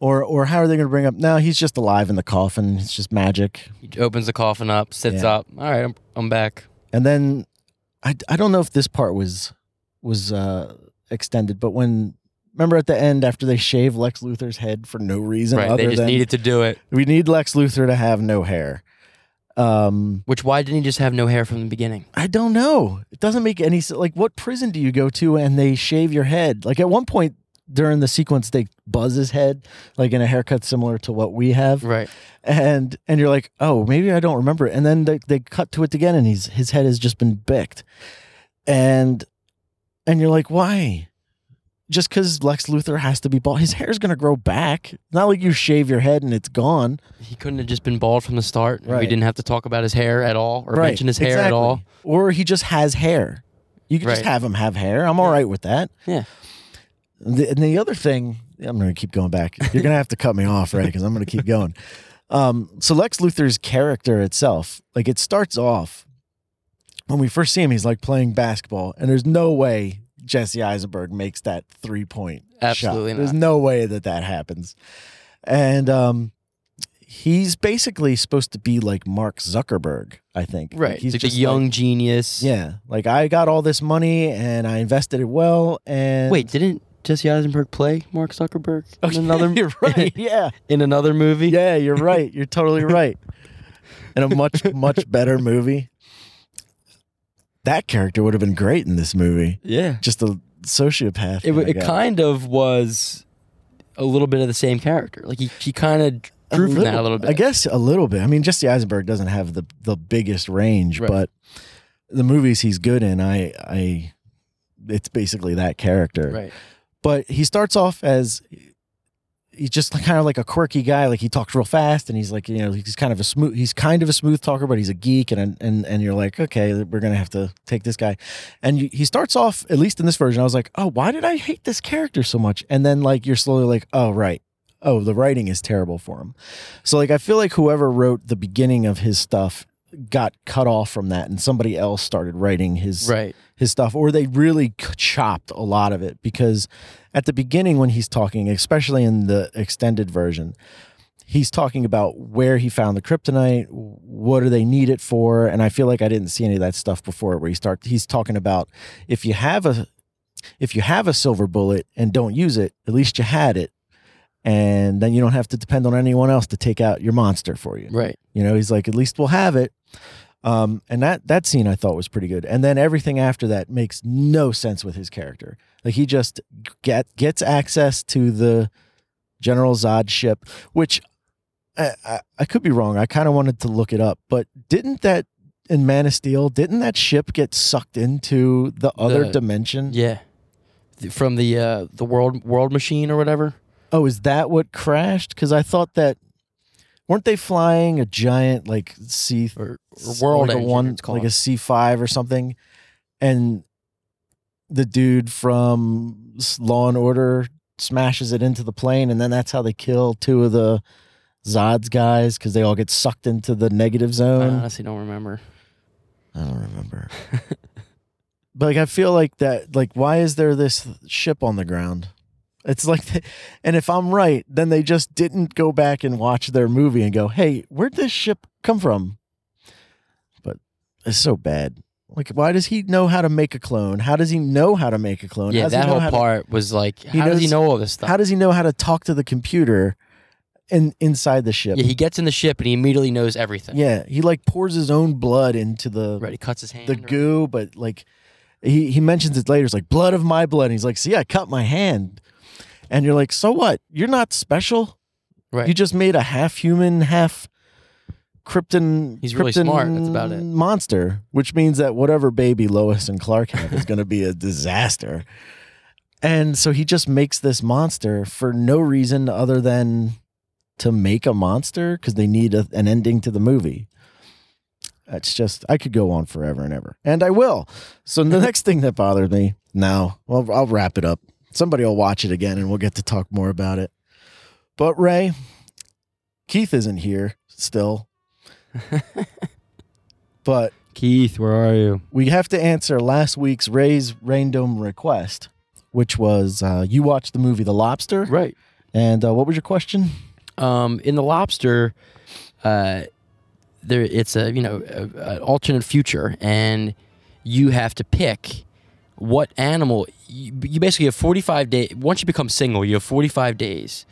A: Or, or how are they going to bring up? No, he's just alive in the coffin. It's just magic.
B: He opens the coffin up, sits
A: Yeah.
B: up. All right, I'm, I'm back.
A: And then I, I don't know if this part was was uh, extended, but when remember at the end after they shave Lex Luthor's head for no reason
B: Right,
A: other
B: they just
A: than
B: needed to do it.
A: we need Lex Luthor to have no hair. Um,
B: Which why didn't he just have no hair from the beginning?
A: I don't know. It doesn't make any sense. Like, what prison do you go to and they shave your head? Like, at one point during the sequence, they buzz his head, like in a haircut similar to what we have,
B: Right,
A: and and you're like, oh, maybe I don't remember. it. And then they, they cut to it again, and he's his head has just been bicked, and and you're like, why? Just because Lex Luthor has to be bald, his hair's gonna grow back. Not like you shave your head and it's gone.
B: he couldn't have just been bald from the start. and We
A: Right.
B: didn't have to talk about his hair at all or
A: Right,
B: mention his hair at
A: exactly.
B: all.
A: Or he just has hair. You can just
B: Right.
A: have him have hair. I'm all right with that.
B: Yeah.
A: The, and the other thing, I'm going to keep going back. You're going to have to cut me off, right? Because I'm going to keep going. Um, so Lex Luthor's character itself, like it starts off when we first see him, he's like playing basketball, and there's no way Jesse Eisenberg makes that three point
B: Absolutely
A: shot.
B: not.
A: There's no way that that happens. And um, he's basically supposed to be like Mark Zuckerberg, I think. Like,
B: Right,
A: he's
B: like
A: just
B: a
A: like-
B: young genius.
A: yeah, like I got all this money and I invested it well. And
B: Wait, didn't Jesse Eisenberg play Mark Zuckerberg in
A: Okay,
B: another
A: you're right. Yeah,
B: in another movie?
A: yeah, you're right. You're totally right. In a much much better movie, that character would have been great in this movie.
B: Yeah.
A: Just a sociopath.
B: It,
A: kinda
B: it
A: guy.
B: kind of was a little bit of the same character. Like he, he kind of drew from that a little bit.
A: I guess a little bit. I mean, Jesse Eisenberg doesn't have the the biggest range,
B: Right.
A: but the movies he's good in, I I, it's basically that character.
B: Right.
A: but he starts off as he's just kind of like a quirky guy like he talks real fast and he's like you know he's kind of a smooth he's kind of a smooth talker but he's a geek and and and you're like okay we're gonna have to take this guy and you, he starts off at least in this version i was like oh why did i hate this character so much and then like you're slowly like oh right oh, the writing is terrible for him. So like I feel like whoever wrote the beginning of his stuff got cut off from that and somebody else started writing his
B: Right.
A: his stuff or they really c- chopped a lot of it because at the beginning when he's talking especially in the extended version he's talking about where he found the kryptonite what do they need it for and i feel like i didn't see any of that stuff before where he start he's talking about if you have a if you have a silver bullet and don't use it at least you had it and then you don't have to depend on anyone else to take out your monster for you
B: Right.
A: you know, he's like, at least we'll have it. Um, and that that scene I thought was pretty good. And then everything after that makes no sense with his character. Like he just get gets access to the General Zod ship, which I, I, I could be wrong. I kind of wanted to look it up, but didn't that in Man of Steel? Didn't that ship get sucked into the other
B: The-
A: dimension?
B: Yeah. Th- From the uh, the world world machine or whatever.
A: Oh, is that what crashed? Because I thought that weren't they flying a giant like sea
B: Or, or
A: s-
B: world
A: like a
B: engine,
A: one
B: it's called.
A: like a C five or something, and the dude from S- Law and Order smashes it into the plane, and then that's how they kill two of the Zod's guys because they all get sucked into the negative
B: I
A: zone.
B: honestly don't remember.
A: I don't remember, but like I feel like that. Like, why is there this ship on the ground? It's like, they, and if I'm right, then they just didn't go back and watch their movie and go, "Hey, where'd this ship come from?" But it's so bad. Like, why does he know how to make a clone? How does he know how to make a clone?
B: Yeah,
A: how does he
B: that
A: know
B: whole
A: how to-
B: part was like, how does he
A: knows-
B: know all this stuff?
A: how does he know how to talk to the computer, in inside the ship?
B: yeah, he gets in the ship and he immediately knows everything.
A: yeah, he like pours his own blood into the
B: Right. He cuts his hand.
A: the
B: right?
A: goo, but like he, he mentions it later. It's like blood of my blood. And he's like, see, I cut my hand. And you're like, so what? You're not special.
B: Right.
A: You just made a half human, half krypton.
B: He's really smart. That's
A: krypton
B: about it.
A: Monster, which means that whatever baby Lois and Clark have is going to be a disaster. And so he just makes this monster for no reason other than to make a monster because they need a, an ending to the movie. It's just I could go on forever and ever, and I will. So the next thing that bothered me now, well, I'll wrap it up. Somebody will watch it again, and we'll get to talk more about it. But Ray, Keith isn't here still, but
B: Keith, where are you?
A: we have to answer last week's Ray's Raindome request, which was uh, you watched the movie The Lobster,
B: Right.
A: and uh, what was your question?
B: Um, in the lobster, uh, there it's a you know a, an alternate future, and you have to pick what animal. You, you basically have forty five days. Once you become single, you have forty five days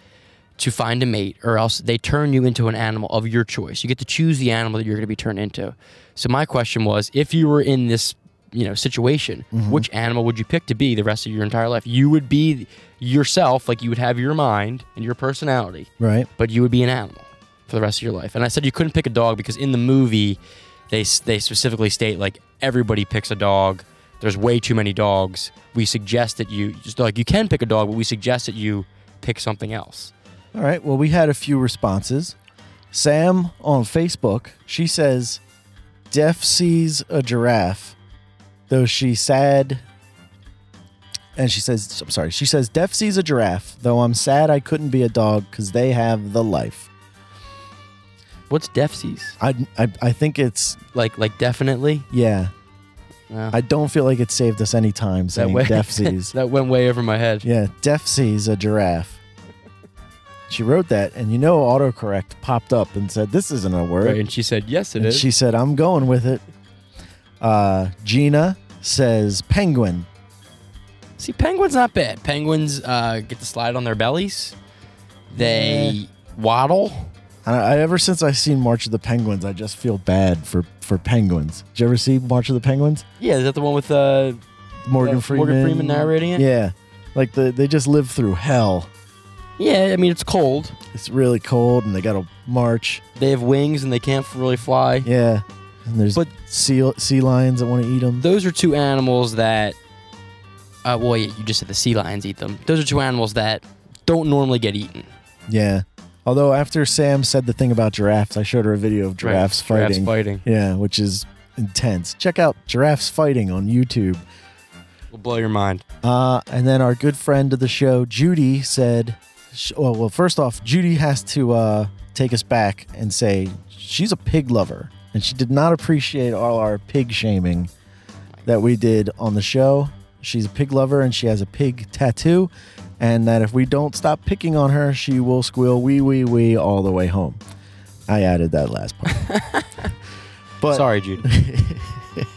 B: to find a mate, or else they turn you into an animal of your choice. You get to choose the animal that you're going to be turned into. So my question was, if you were in this you know situation, which animal would you pick to be the rest of your entire life? You would be yourself, like you would have your mind and your personality
A: Right.
B: but you would be an animal for the rest of your life. And I said you couldn't pick a dog because in the movie, they they specifically state like everybody picks a dog. There's way too many dogs. We suggest that you just like you can pick a dog, but we suggest that you pick something else.
A: All right. Well, we had a few responses. Sam on Facebook, she says, Deaf sees a giraffe, though she's sad. And she says, I'm sorry, she says, Deaf sees a giraffe, though I'm sad I couldn't be a dog because they have the life.
B: What's deafsies?
A: I, I, I think it's,
B: Like like definitely.
A: yeah,
B: No.
A: I don't feel like it saved us any time saying
B: way-
A: Deaf sees.
B: that went way over my head.
A: yeah, Deaf sees a giraffe. She wrote that, and you know, autocorrect popped up and said, This isn't a word.
B: Right, and she said yes, it
A: and
B: is.
A: she said, I'm going with it. Uh, Gina says, Penguin.
B: See, penguins not bad. Penguins uh, get to slide on their bellies. They waddle.
A: I, I, ever since I've seen March of the Penguins, I just feel bad for, for penguins. Did you ever see March of the Penguins?
B: Yeah, is that the one with uh,
A: Morgan
B: Uh, Morgan
A: Freeman.
B: Freeman narrating it?
A: Yeah. Like the, they just live through hell.
B: Yeah, I mean it's cold.
A: It's really cold and they got to march.
B: They have wings and they can't really fly.
A: Yeah. And there's
B: But-
A: sea, sea lions that want to eat them.
B: Those are two animals that. Uh, well, yeah, you just said the sea lions eat them. Those are two animals that don't normally get eaten.
A: yeah. Although after Sam said the thing about giraffes, I showed her a video of giraffes fighting.
B: Giraffes fighting.
A: Yeah, which is intense. Check out Giraffes Fighting on YouTube.
B: Will blow your mind.
A: Uh, and then our good friend of the show, Judy, said, Sh- Well, well, first off, Judy has to uh, take us back and say she's a pig lover, and she did not appreciate all our pig shaming that we did on the show. She's a pig lover, and she has a pig tattoo, and that if we don't stop picking on her, she will squeal wee wee wee all the way home. I added that last part. but
B: Sorry, Judy.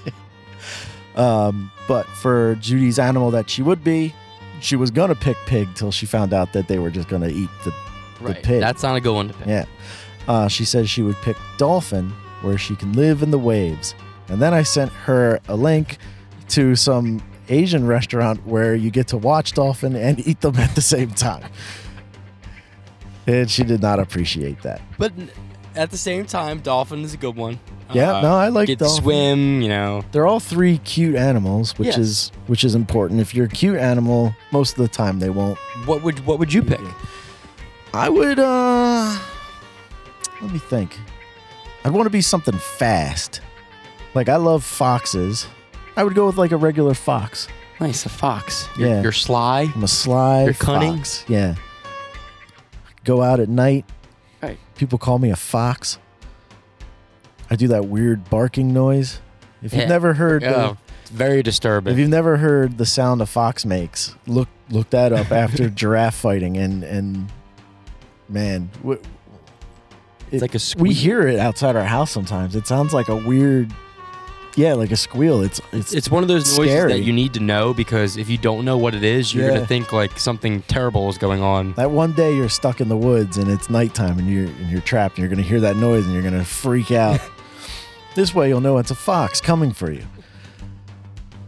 A: um, but for Judy's animal that she would be, she was gonna pick pig till she found out that they were just gonna eat the
B: right.
A: pig.
B: That's not a good one to pick.
A: Yeah. Uh, she says she would pick dolphin where she can live in the waves. And then I sent her a link to some Asian restaurant where you get to watch dolphin and eat them at the same time. And she did not appreciate that.
B: But n- at the same time, dolphin is a good one. Uh,
A: Yeah, no, I like
B: get to
A: dolphin.
B: swim. You know,
A: They're all three cute animals, which
B: Yes.
A: is which is important. If you're a cute animal, most of the time they won't
B: what would what would you pick?
A: I would uh let me think. I'd want to be something fast. Like I love foxes. I would go with like a regular fox.
B: Nice, a fox. You're,
A: Yeah.
B: you're sly.
A: I'm a sly
B: You're cunning.
A: fox. Yeah. Go out at night.
B: Right.
A: People call me a fox. I do that weird barking noise. If
B: Yeah.
A: you've never heard the-
B: Oh, it's very
A: if
B: disturbing.
A: you've never heard the sound a fox makes, look look that up after giraffe fighting and and man, w-
B: it's like a
A: we
B: squeak.
A: hear it outside our house sometimes. It sounds like a weird, yeah, like a squeal. It's it's,
B: It's one of those noises
A: Scary.
B: that you need to know because if you don't know what it is, you're
A: Yeah.
B: gonna think like something terrible is going on.
A: that one day you're stuck in the woods and it's nighttime and you're and you're trapped and you're gonna hear that noise and you're gonna freak out. this way you'll know it's a fox coming for you.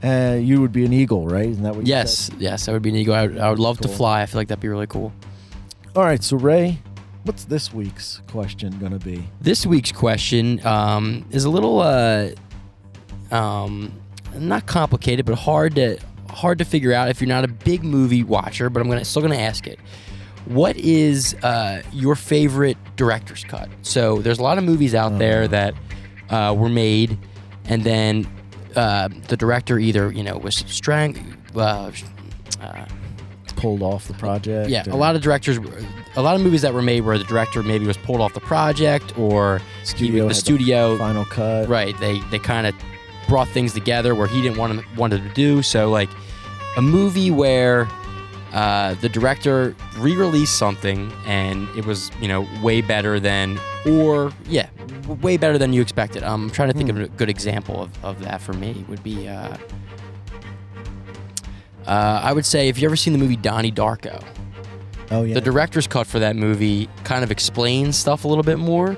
A: Uh, you would be an eagle, right? Isn't that what? you said?
B: Yes, yes, that would be an ego. I would, I would love
A: Cool.
B: to fly. I feel like that'd be really cool.
A: All right. So Ray, what's this week's question gonna be?
B: This week's question um, is a little uh, um, not complicated, but hard to hard to figure out if you're not a big movie watcher. But I'm gonna still gonna ask it. What is uh, your favorite director's cut? So there's a lot of movies out
A: Oh,
B: there that uh, were made, and then uh, the director either you know was strang. Uh, uh,
A: Pulled off the project.
B: yeah, a lot of directors, a lot of movies that were made where the director maybe was pulled off the project or he-
A: Studio
B: the
A: had the
B: studio
A: final cut.
B: right they they kind of brought things together where he didn't want him, wanted to do so like a movie where uh, the director re-released something and it was you know way better than or yeah w- way better than you expected i'm trying to think
A: Hmm.
B: of a good example of, of that for me would be uh, uh, i would say if you ever seen the movie donnie darko
A: Oh yeah.
B: the director's cut for that movie kind of explains stuff a little bit more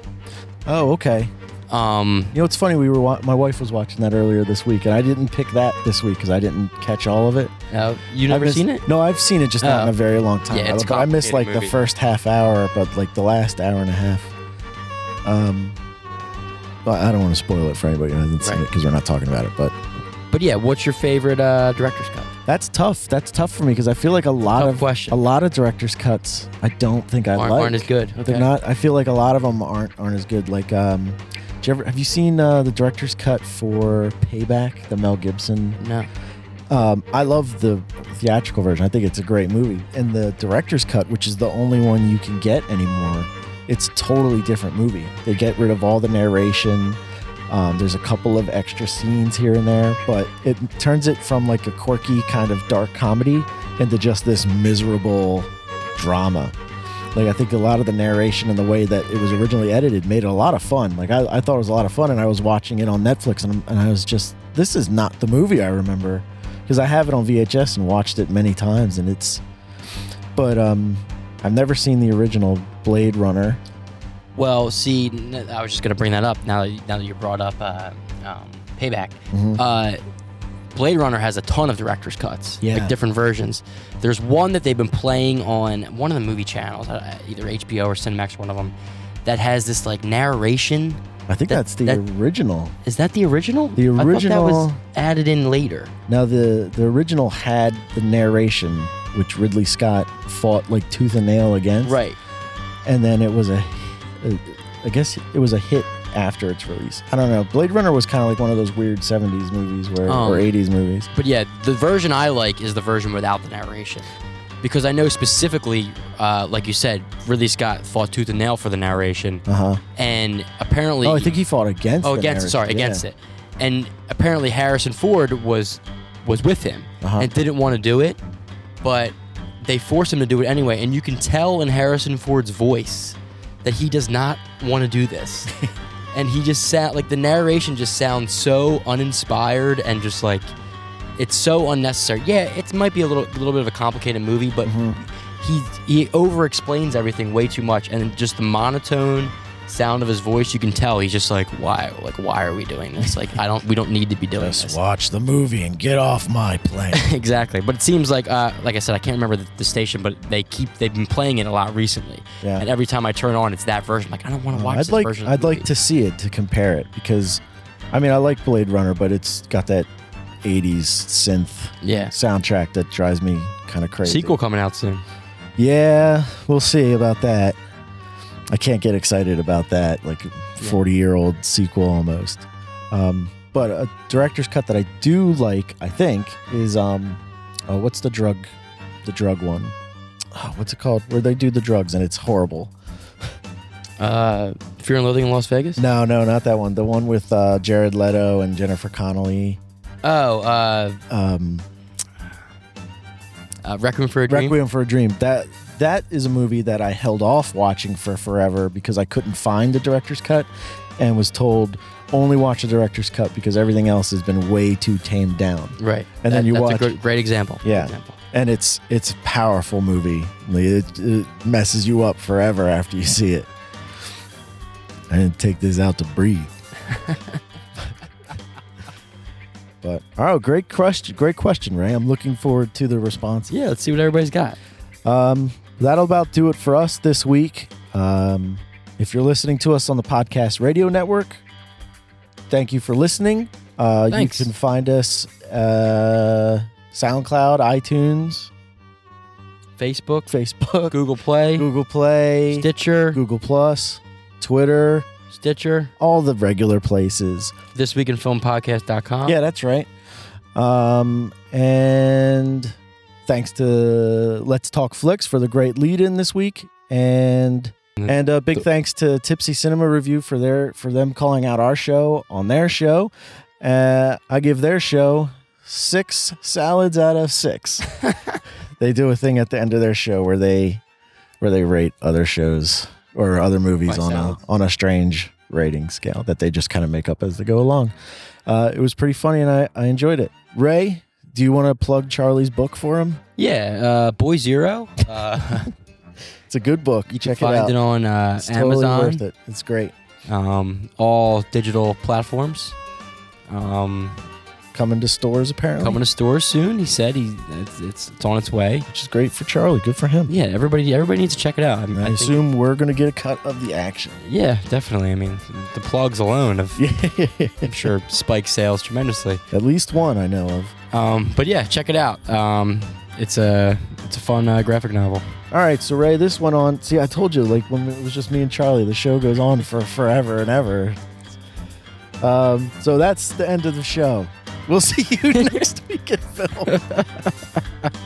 A: oh okay.
B: um,
A: You know, it's funny. We were wa- my wife was watching that earlier this week, and I didn't pick that this week because I didn't catch all of it.
B: uh, you
A: I've
B: never
A: missed-
B: seen it
A: No, I've seen it just not in
B: Oh.
A: a very long time.
B: Yeah, it's
A: I, but I missed
B: complicated
A: like the
B: movie.
A: first half hour, but like the last hour and a half. Um, but I don't want to spoil it for anybody who hasn't seen it
B: Right.
A: because we're not talking about it. But
B: But yeah, what's your favorite uh, director's cut?
A: that's tough. That's tough for me because I feel like a lot
B: Tough
A: of
B: question.
A: a lot of directors' cuts. I don't think I
B: aren't,
A: like.
B: aren't as good. Okay.
A: They're not. I feel like a lot of them aren't aren't as good. Like, um, did you ever, have you seen uh, the director's cut for Payback, the Mel Gibson
B: No.
A: Um, I love the theatrical version. I think it's a great movie. And the director's cut, which is the only one you can get anymore, it's a totally different movie. They get rid of all the narration. Um, there's a couple of extra scenes here and there, but it turns it from like a quirky kind of dark comedy into just this miserable drama. Like I think a lot of the narration and the way that it was originally edited made it a lot of fun. Like I, I thought it was a lot of fun, and I was watching it on Netflix, and, I'm- and I was just, this is not the movie I remember because I have it on VHS and watched it many times, and it's. But um, I've never seen the original Blade Runner.
B: Well, see, n- I was just gonna bring that up now. That, now that you brought up uh, um, Payback,
A: Mhm.
B: uh, Blade Runner has a ton of director's cuts,
A: Yeah.
B: like different versions. There's one that they've been playing on one of the movie channels, uh, either HBO or Cinemax, one of them, that has this like narration.
A: I think
B: That-
A: that's the
B: that-
A: original.
B: Is that the original?
A: The
B: I thought that was
A: original-
B: added in later.
A: Now the the original had the narration, which Ridley Scott fought like tooth and nail against,
B: Right.
A: And then it was a, a I guess it was a hit after its release. I don't know. Blade Runner was kind of like one of those weird '70s movies where
B: Um,
A: or '80s movies.
B: But yeah, the version I like is the version without the narration. because I know specifically, uh, like you said, Ridley Scott fought tooth and nail for the narration,
A: Uh huh.
B: and apparently,
A: Oh, I think he fought against.
B: oh
A: the
B: against
A: narrative.
B: it, sorry
A: Yeah.
B: against it, and apparently Harrison Ford was was with him
A: Uh-huh.
B: and didn't want to do it, but they forced him to do it anyway, and you can tell in Harrison Ford's voice that he does not want to do this. And he just sat like the narration just sounds so uninspired and just like it's so unnecessary. Yeah, it might be a little, little bit of a complicated movie, but
A: Mm-hmm.
B: he he over explains everything way too much, and just the monotone sound of his voice, you can tell he's just like, why, like, why are we doing this? Like, I don't, we don't need to be doing
A: Just
B: this.
A: watch the movie and get off my plane.
B: exactly, but it seems like, uh, like I said, I can't remember the, the station, but they keep they've been playing it a lot recently,
A: Yeah. Um,
B: and every time I turn on, it's that version. like, I don't want to watch
A: I'd
B: this
A: like
B: version. of
A: I'd
B: the
A: like
B: movie.
A: to see it to compare it because, I mean, I like Blade Runner, but it's got that '80s synth
B: yeah.
A: soundtrack that drives me kind of crazy.
B: Sequel coming out soon.
A: Yeah, we'll see about that. I can't get excited about that, like 40 year old sequel almost. Um, but a director's cut that I do like, I think, is um, oh, what's the drug, the drug one? Oh, what's it called? Where they do the drugs and it's horrible.
B: Uh, Fear and Loathing in Las Vegas.
A: No, no, not that one. The one with uh, Jared Leto and Jennifer Connelly.
B: Oh, uh,
A: Um,
B: uh, Requiem for a Dream.
A: Requiem for a Dream. That that is a movie that I held off watching for forever because I couldn't find the director's cut and was told only watch the director's cut because everything else has been way too tamed down.
B: Right.
A: And then you
B: that's
A: watch-
B: a great, great example. Great
A: Yeah.
B: example.
A: And it's it's a powerful movie. Like, It, it messes you up forever after you see it. I didn't take this out to breathe. but oh, great question, great question, Ray. I'm looking forward to the response.
B: Yeah. Let's see what everybody's got.
A: Um, that'll about do it for us this week. Um, if you're listening to us on the podcast radio network, thank you for listening. Uh, you
B: Thanks.
A: can find us uh, SoundCloud, iTunes,
B: Facebook,
A: Facebook,
B: Google Play,
A: Google Play,
B: Stitcher,
A: Google Plus, Twitter,
B: Stitcher,
A: all the regular places.
B: This Week in Film Podcast.com.
A: Yeah, that's right. Um, and thanks to Let's Talk Flicks for the great lead in this week, and and a big thanks to Tipsy Cinema Review for their for them calling out our show on their show. Uh, I give their show six salads out of six. they do a thing at the end of their show where they where they rate other shows or other movies
B: By
A: on a
B: salads.
A: on a strange rating scale that they just kind of make up as they go along. Uh, it was pretty funny and I, I enjoyed it. Ray, do you want to plug Charlie's book for him?
B: Yeah. Uh, Boy Zero. Uh,
A: It's a good book.
B: you can
A: Check
B: find
A: it out.
B: it on uh,
A: it's totally
B: Amazon,
A: worth it. It's great.
B: um, all digital platforms. Um,
A: Coming to stores apparently.
B: coming to stores soon. He said he it's, it's it's on its way.
A: which is great for Charlie. Good for him.
B: Yeah. Everybody everybody needs to check it out. I,
A: And
B: I
A: I,
B: think-
A: assume we're going to get a cut of the action.
B: Yeah, definitely. I mean, the plugs alone have I'm
A: Yeah.
B: sure spiked sales tremendously.
A: At least one I know of.
B: Um, but yeah, check it out. Um, it's a it's a fun uh, graphic novel.
A: All right, so Ray, this went on. See, I told you, like when it was just me and Charlie, the show goes on for forever and ever. Um, so that's the end of the show. We'll see you next week in film.